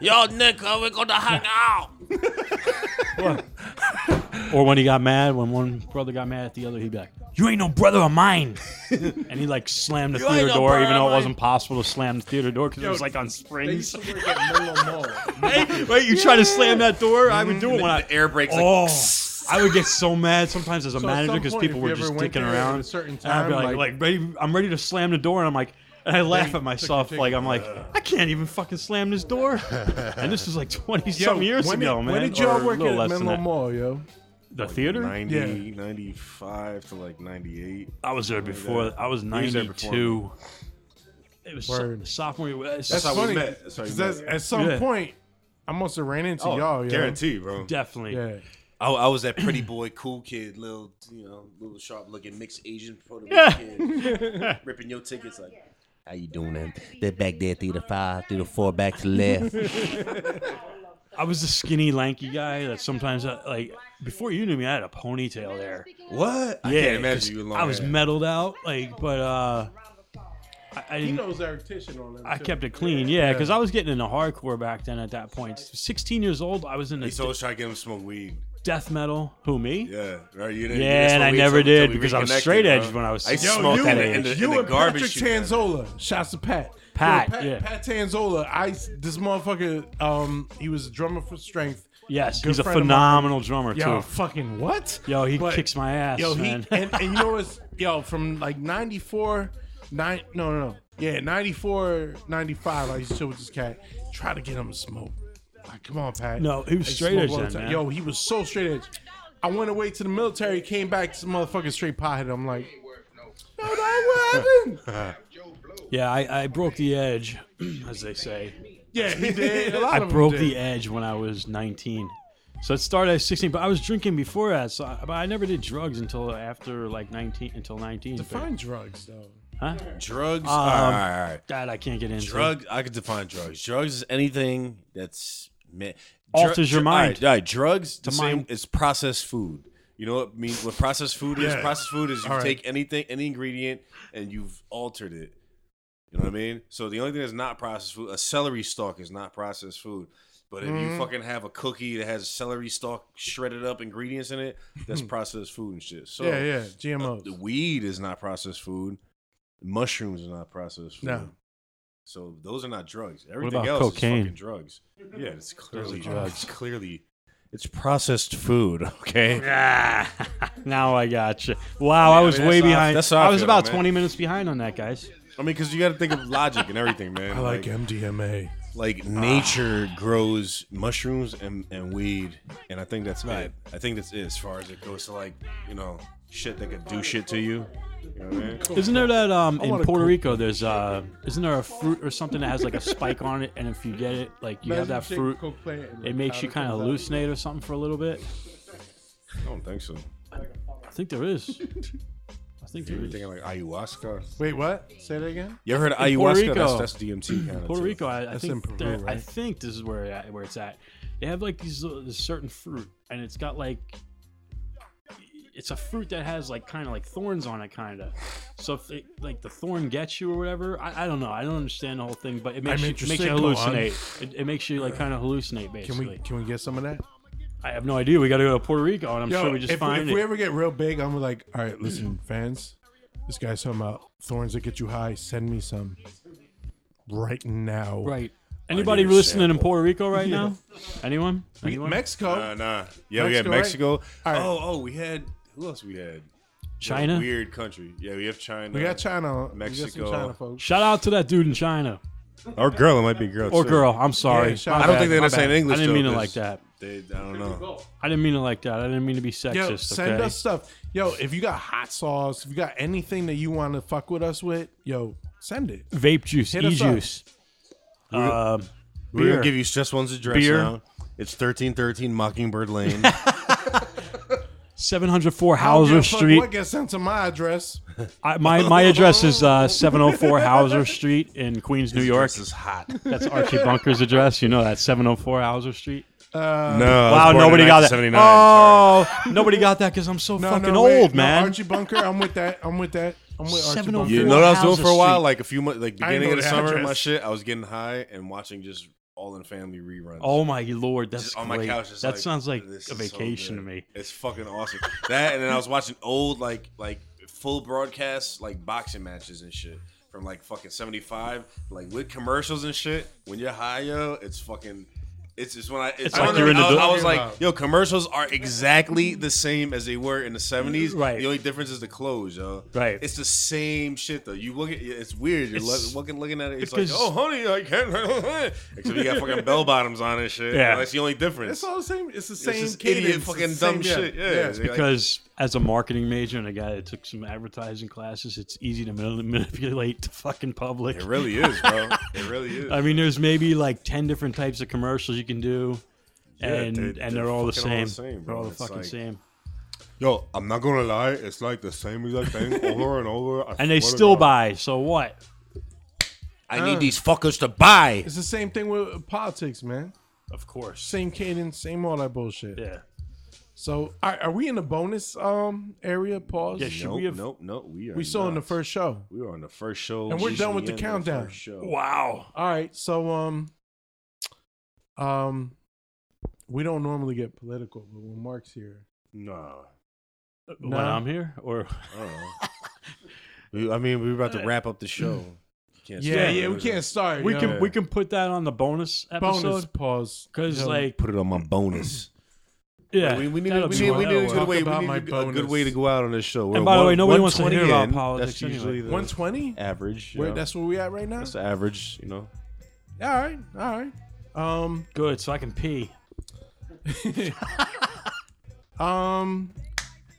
Yo, Nick, are we gonna hang out?
Or when he got mad, when one brother got mad at the other, he'd be like, "You ain't no brother of mine," and he like slammed the
You ain't
theater
no
door,
brother
even
of
though it
mine.
wasn't possible to slam the theater door because it
Yo,
was like on
They
springs.
used to work at Miller Mall.
Hey, wait, you try to slam that door? I would do it when
the-
I
the air brakes, like,
Oh, I would get so mad sometimes as a
So at
manager
some
because
point,
people
if
were
you ever
just
went
dicking
there at
around.
a certain
and I'd be
time,
like,
like-
like, ready, I'm ready to slam the door, and I'm like, and I laugh
Then
at myself, like I'm like, I can't even fucking slam this door. and this was like 20
Yo,
some years
when
ago,
did,
man.
When did y'all
or a
work
little
at
less than
Menlo
that.
Mall, yo?
The theater?
90,
Yeah.
95 to like 98.
I was there
Something like
before.
that.
I was
He there before me.
92. It was so,
Word.
sophomore year. uh, That's,
That's
how we
funny.
met. That's how we
'cause
met.
that's- At some
Yeah.
point, I must have ran into
Oh,
y'all, yo.
guarantee, bro.
Definitely.
Yeah.
I, I was that pretty boy, cool kid, little, you know, little sharp looking mixed Asian Puerto
Yeah.
Rican kid, ripping your tickets like,
How you doing? And they're back there, three to five, three to four, back to left.
I was the skinny, lanky guy that sometimes, uh like, before you knew me, I had a ponytail there.
What? I
Yeah,
can't imagine
'cause
you with long
I was
hair.
meddled out, like, but uh, I, I
he
didn't.
knows Eric Tishon on that.
I
too.
kept it clean, yeah, because I was getting into hardcore back then. At that point, sixteen years old, I was in
He
the
told us try to get him to smoke weed.
death metal. Who me?
Yeah, right. You didn't, you
yeah,
didn't
and
smoke
I
weed
never
till- till
did
we
because I was
reconnected,
straight edge
bro.
when I was.
I used to
Yo,
smoke
Oh, you,
that in the, in
you
the
and
garbage.
Patrick
chute, man.
Tanzola. Shouts to Pat.
Pat,
Yo, Pat,
yeah.
Pat Tanzola. I this motherfucker. Um, he was a drummer for Strength.
Yes,
Good
he's a
friend of mine.
phenomenal drummer
Yo,
too.
Fucking what?
Yo, he
But-
kicks my ass,
Yo,
man.
he and, and you know what's yo from like 94, nine no no no yeah 94, 95, I used to chill with this cat. Try to get him to smoke. Like, come on, Pat.
No, he was
I used to
straight
smoke
edge
all the
then,
time.
man.
Yo, he was so straight edge. I went away to the military, came back, this motherfucking straight pothead. I'm like, no, that what happened?
yeah, I, I broke the edge, as they say.
Yeah, he did. A lot
I
of 'em
broke
did.
the edge when I was 19. So it started at 16, but I was drinking before that. So I, but I never did drugs until after like 19, until 19.
Define drugs though.
Huh?
Drugs.
Um,
all right, all right, all right.
That I can't get into.
Drug. I could define drugs. Drugs is anything that's me-
Alters your
all right,
mind.
All right, drugs.
The
The same
mind-
is processed food. You know what I mean? What processed food is?
Yeah.
Processed food is you
All right.
take anything, any ingredient, and you've altered it. You know what I mean? So the only thing that's not processed food, a celery stalk is not processed food. But if
Mhm.
you fucking have a cookie that has celery stalk shredded up ingredients in it,
Hmm.
that's processed food and shit. So
Yeah, yeah,
GMOs. the weed is not processed food. Mushrooms are not processed food.
No.
So those are not drugs. Everything
about
else
cocaine?
is fucking drugs. Yeah, it's clearly
drugs.
It's clearly it's processed food. Okay.
now I got you. Wow, I
Yeah,
was
I mean,
way
that's how I-
behind.
that's how I
I was
feel,
about
man.
20 minutes behind on that, guys.
I mean, because you got to think of logic and everything, man.
I like MDMA.
Like nature grows mushrooms and, and weed, and I think that's right. I think that's it as far as it goes to like you know shit that could do shit to you. You know what I mean?
Isn't there that um
I
in
wanna
Puerto
cook.
Rico? There's uh, isn't there a fruit or something that has like a spike on it, and if you get it, like you have
Imagine
that
shake
fruit,
Coke plant and
it makes
powder
you kind of
comes out.
hallucinate or something for a little bit.
I don't think so.
I think there is. I think there
You're
is.
thinking like ayahuasca.
Wait, what? Say that again.
You ever heard of
In Puerto
ayahuasca? That's,
Rico.
that's DMT kind of.
Puerto Rico, I, I
That's in
think
Peru,
there- I
right?
think this is where it at- where it's at. They have like these uh, this certain fruit, and it's got like it's a fruit that has like kind of like thorns on it, kind of. So if it, like the thorn gets you or whatever, I, I don't know. I don't understand the whole thing, but it makes
I'm
you,
interested.
makes you
Go on.
hallucinate. It, it makes you like kind of hallucinate
Can
basically.
we can we get some of that?
I have no idea. We got to go to Puerto Rico, and I'm
Yo,
sure we just
if,
find
if
it.
we ever get real big, I'm like, all right, listen, fans, this guy's talking about thorns that get you high. Send me some right now.
Right. Anybody listening in Puerto Rico right now? Anyone?
We-
Anyone?
Mexico.
Nah, Uh, nah. Yeah, we had
Mexico,
Mexico.
right? All right.
Oh, oh, we had who else? We had
China?
Weird country. Yeah, we have China.
We got China. We got some
Mexico.
China folks.
Shout out to that dude in China.
Or girl, it might be girl.
Or
too.
girl. I'm sorry.
Yeah,
My
shout out. I don't
bad,
think they
my
understand
bad.
English,
I didn't mean
though,
it
'cause
like that.
They, I don't know.
I didn't mean it like that. I didn't mean to be
Yo,
sexist.
send
okay?
us stuff. Yo, if you got hot sauce, if you got anything that you want to fuck with us with, yo, send it.
vape juice,
Hit
e
us up.
juice.
We're gonna-
Um,
We're
beer.
gonna give you just one's address
Beer.
now. It's thirteen thirteen Mockingbird Lane.
704
I don't give
Hauser
a fuck
Street.
What gets sent to my address?
I, my, my address is uh, 704 Hauser Street in Queens, New York.
is hot.
That's Archie Bunker's address. You know that 704 Hauser Street.
Uh,
wow, nobody got that. Oh, nobody got that because I'm so
No,
fucking
no, wait,
old,
no,
man.
Archie Bunker, I'm with that. I'm with that. I'm with Archie
704
Bunker.
You know what I was doing for a while? Like a few months, like
I
beginning
didn't know
of the
the
summer,
address.
my shit. I was getting high and watching just All in Family reruns.
Oh my lord, that's
Just on my
great.
couch. just
That sounds like
this
a
is so
vacation to
good.
me.
It's fucking awesome. That and then I was watching old like like full broadcast like boxing matches and shit from like fucking seventy five like with commercials and shit. When you're high, yo, it's fucking. It's just when I. It's,
It's like
I, don't know,
you're in the
I, was- I
dark.
was like, yo, commercials are exactly the same as they were in the seventies. Right. The only difference is the clothes, yo.
Right.
It's the same shit though. You look at it's weird. You're
It's-
looking looking looking at it. It's
because-
like, oh honey, I can't. Except you got fucking bell bottoms on and shit.
Yeah.
Yeah. That's the only difference.
It's all the same. It's the
It's
same
just idiot
cadence,
fucking
it's the
dumb
same-
shit, yeah.
It's
They're like-
because as a marketing major and a guy that took some advertising classes, it's easy to manip- manipulate the fucking public.
It really is, bro. It really is.
I mean, there's maybe like ten different types of commercials you can do,
Yeah,
and
they-
and they're, all, the
fucking
same. They're
bro.
all the
It's
fucking
like-
same.
Yo, I'm not gonna lie, it's like the same exact thing over and over. I
And they
swear to
still
God.
buy. So what?
I need these fuckers to buy.
It's the same thing with politics, man.
Of course.
Same cadence, same all that bullshit.
Yeah.
So are, are we in the bonus um area? Pause.
Yeah, should we Nope, have- nope, nope, we are
we saw in the
not.
first show.
We were on the first show,
and we're
Jeez,
done
we
with the
in the
countdown.
first show.
Wow. All right. So um, um, we don't normally get political, but when Mark's here,
no,
When I'm here, or
We, I mean, we were about to wrap up the show. Can't
Yeah,
start
yeah, we
it.
can't start,
We
yo.
can we can put that on the bonus
Bonus
episode.
pause.
Because
Yo.
like
put it on my bonus.
Yeah,
we, we need,
that'll
a, we
be
need,
one.
we need a
That'll
good
work.
way.
Talk about
We
my
need a good
bonus.
way to go out on this show.
And
We're
by the way,
one-
nobody wants to hear
120
about
in.
politics
That's
anyway.
usually the
120?
average. you
Wait,
know.
that's where we at right now?
That's the average. You know,
all right, all right. Um,
good. So I can pee.
um,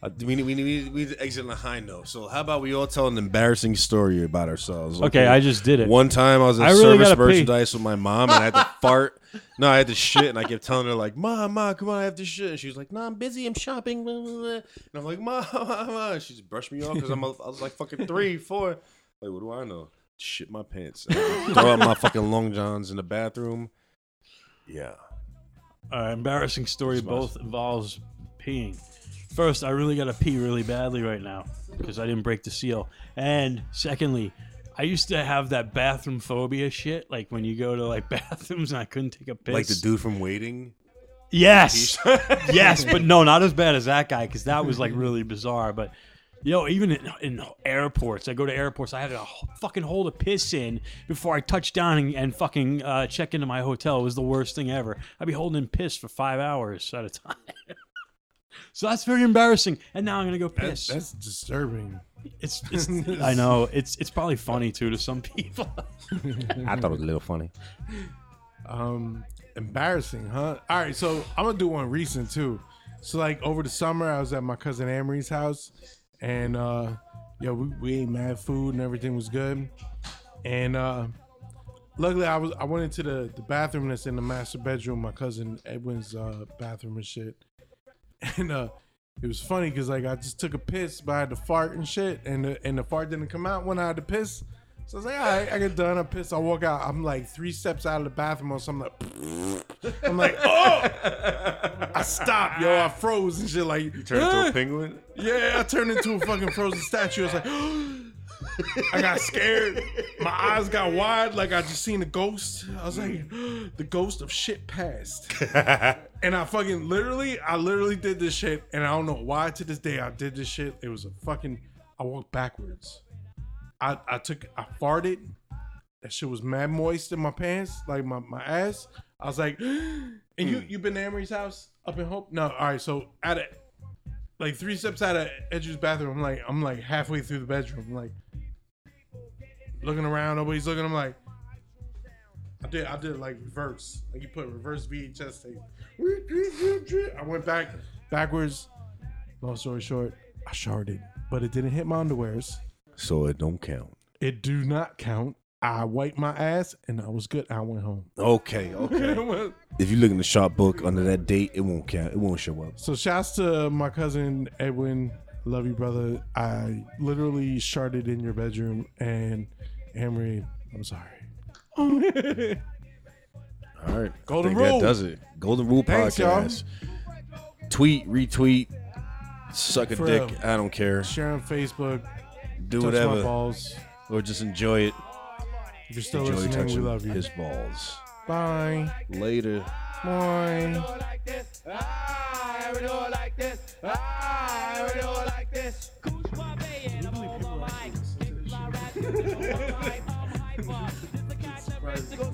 Uh, we need we need, we need we need to exit on a high note. So how about we all tell an embarrassing story about ourselves?
Okay, I just did it.
One time I was in
I really
service
gotta pee.
merchandise with my mom and I had to fart. No, I had to shit and I kept telling her like, "Mom, mom, come on, I have to shit." And she was like, "No, I'm busy. I'm shopping." blah, blah, blah." And I'm like, "Mom, mom, mom." And She just brushed me off because I'm a, I was like fucking three, four. Like, what do I know? Shit my pants. And I just throw out my fucking long johns in the bathroom. Yeah.
Our embarrassing story both involves peeing. First, I really got to pee really badly right now because I didn't break the seal. And secondly, I used to have that bathroom phobia shit, like when you go to like bathrooms and I couldn't take a piss.
Like the dude from Waiting.
Yes.
He-
yes, but no, not as bad as that guy because that was like really bizarre. But yo, even in, in airports, I go to airports, I had a h- fucking hole to piss in before I touched down and, and fucking uh, check into my hotel. It was the worst thing ever. I'd be holding in piss for five hours at a time. so that's very embarrassing. And now I'm gonna go piss.
that's disturbing.
It's, it's I know it's it's probably funny too to some people.
I thought it was a little funny.
Um, embarrassing, huh? All right, so I'm gonna do one recent too. So like over the summer, I was at my cousin Amory's house, and uh, yo, we, we ate mad food and everything was good. And uh, luckily, I was I went into the the bathroom that's in the master bedroom, my cousin Edwin's uh, bathroom and shit. And uh, it was funny because like I just took a piss, but I had to fart and shit, and the, and the fart didn't come out when I had to piss. So I was like, all right, I get done. I piss. I walk out. I'm like three steps out of the bathroom or something. Like, I'm like, oh! I stopped, yo. I froze and shit. Like, you
turned into a penguin?
Yeah, I turned into a fucking frozen statue. I was like, I got scared. My eyes got wide, like I just seen a ghost. I was like, the ghost of shit past. and I fucking literally, I literally did this shit, and I don't know why to this day I did this shit. It was a fucking, I walked backwards. I, I took, I farted. That shit was mad moist in my pants, like my, my ass. I was like, and you, you been to Amory's house up in Hope? No, all right, so at it, like three steps out of Edge's bathroom, I'm like, I'm like halfway through the bedroom, I'm like, looking around, nobody's looking. I'm like, I did, I did like reverse, like you put reverse VHS tape. I went back backwards. Long story short, I sharded, but it didn't hit my underwears.
So it don't count.
It do not count. I wiped my ass and I was good. I went home.
Okay, okay. if you look in the shop book under that date, it won't count. It won't show up.
So shouts to my cousin Edwin. Love you, brother. I literally sharded in your bedroom and Amory, I'm sorry.
All right. I
Golden
think
rule.
That does it. Golden Rule
Thanks, y'all.
Podcast. Tweet, retweet, suck a
For
dick.
real.
I don't care.
Share on Facebook.
Do
touch
whatever.
My balls.
Or just enjoy it.
If you're still
enjoy
listening, we
touching
love you.
His balls.
Bye.
Later.
Bye.
Usually people like this.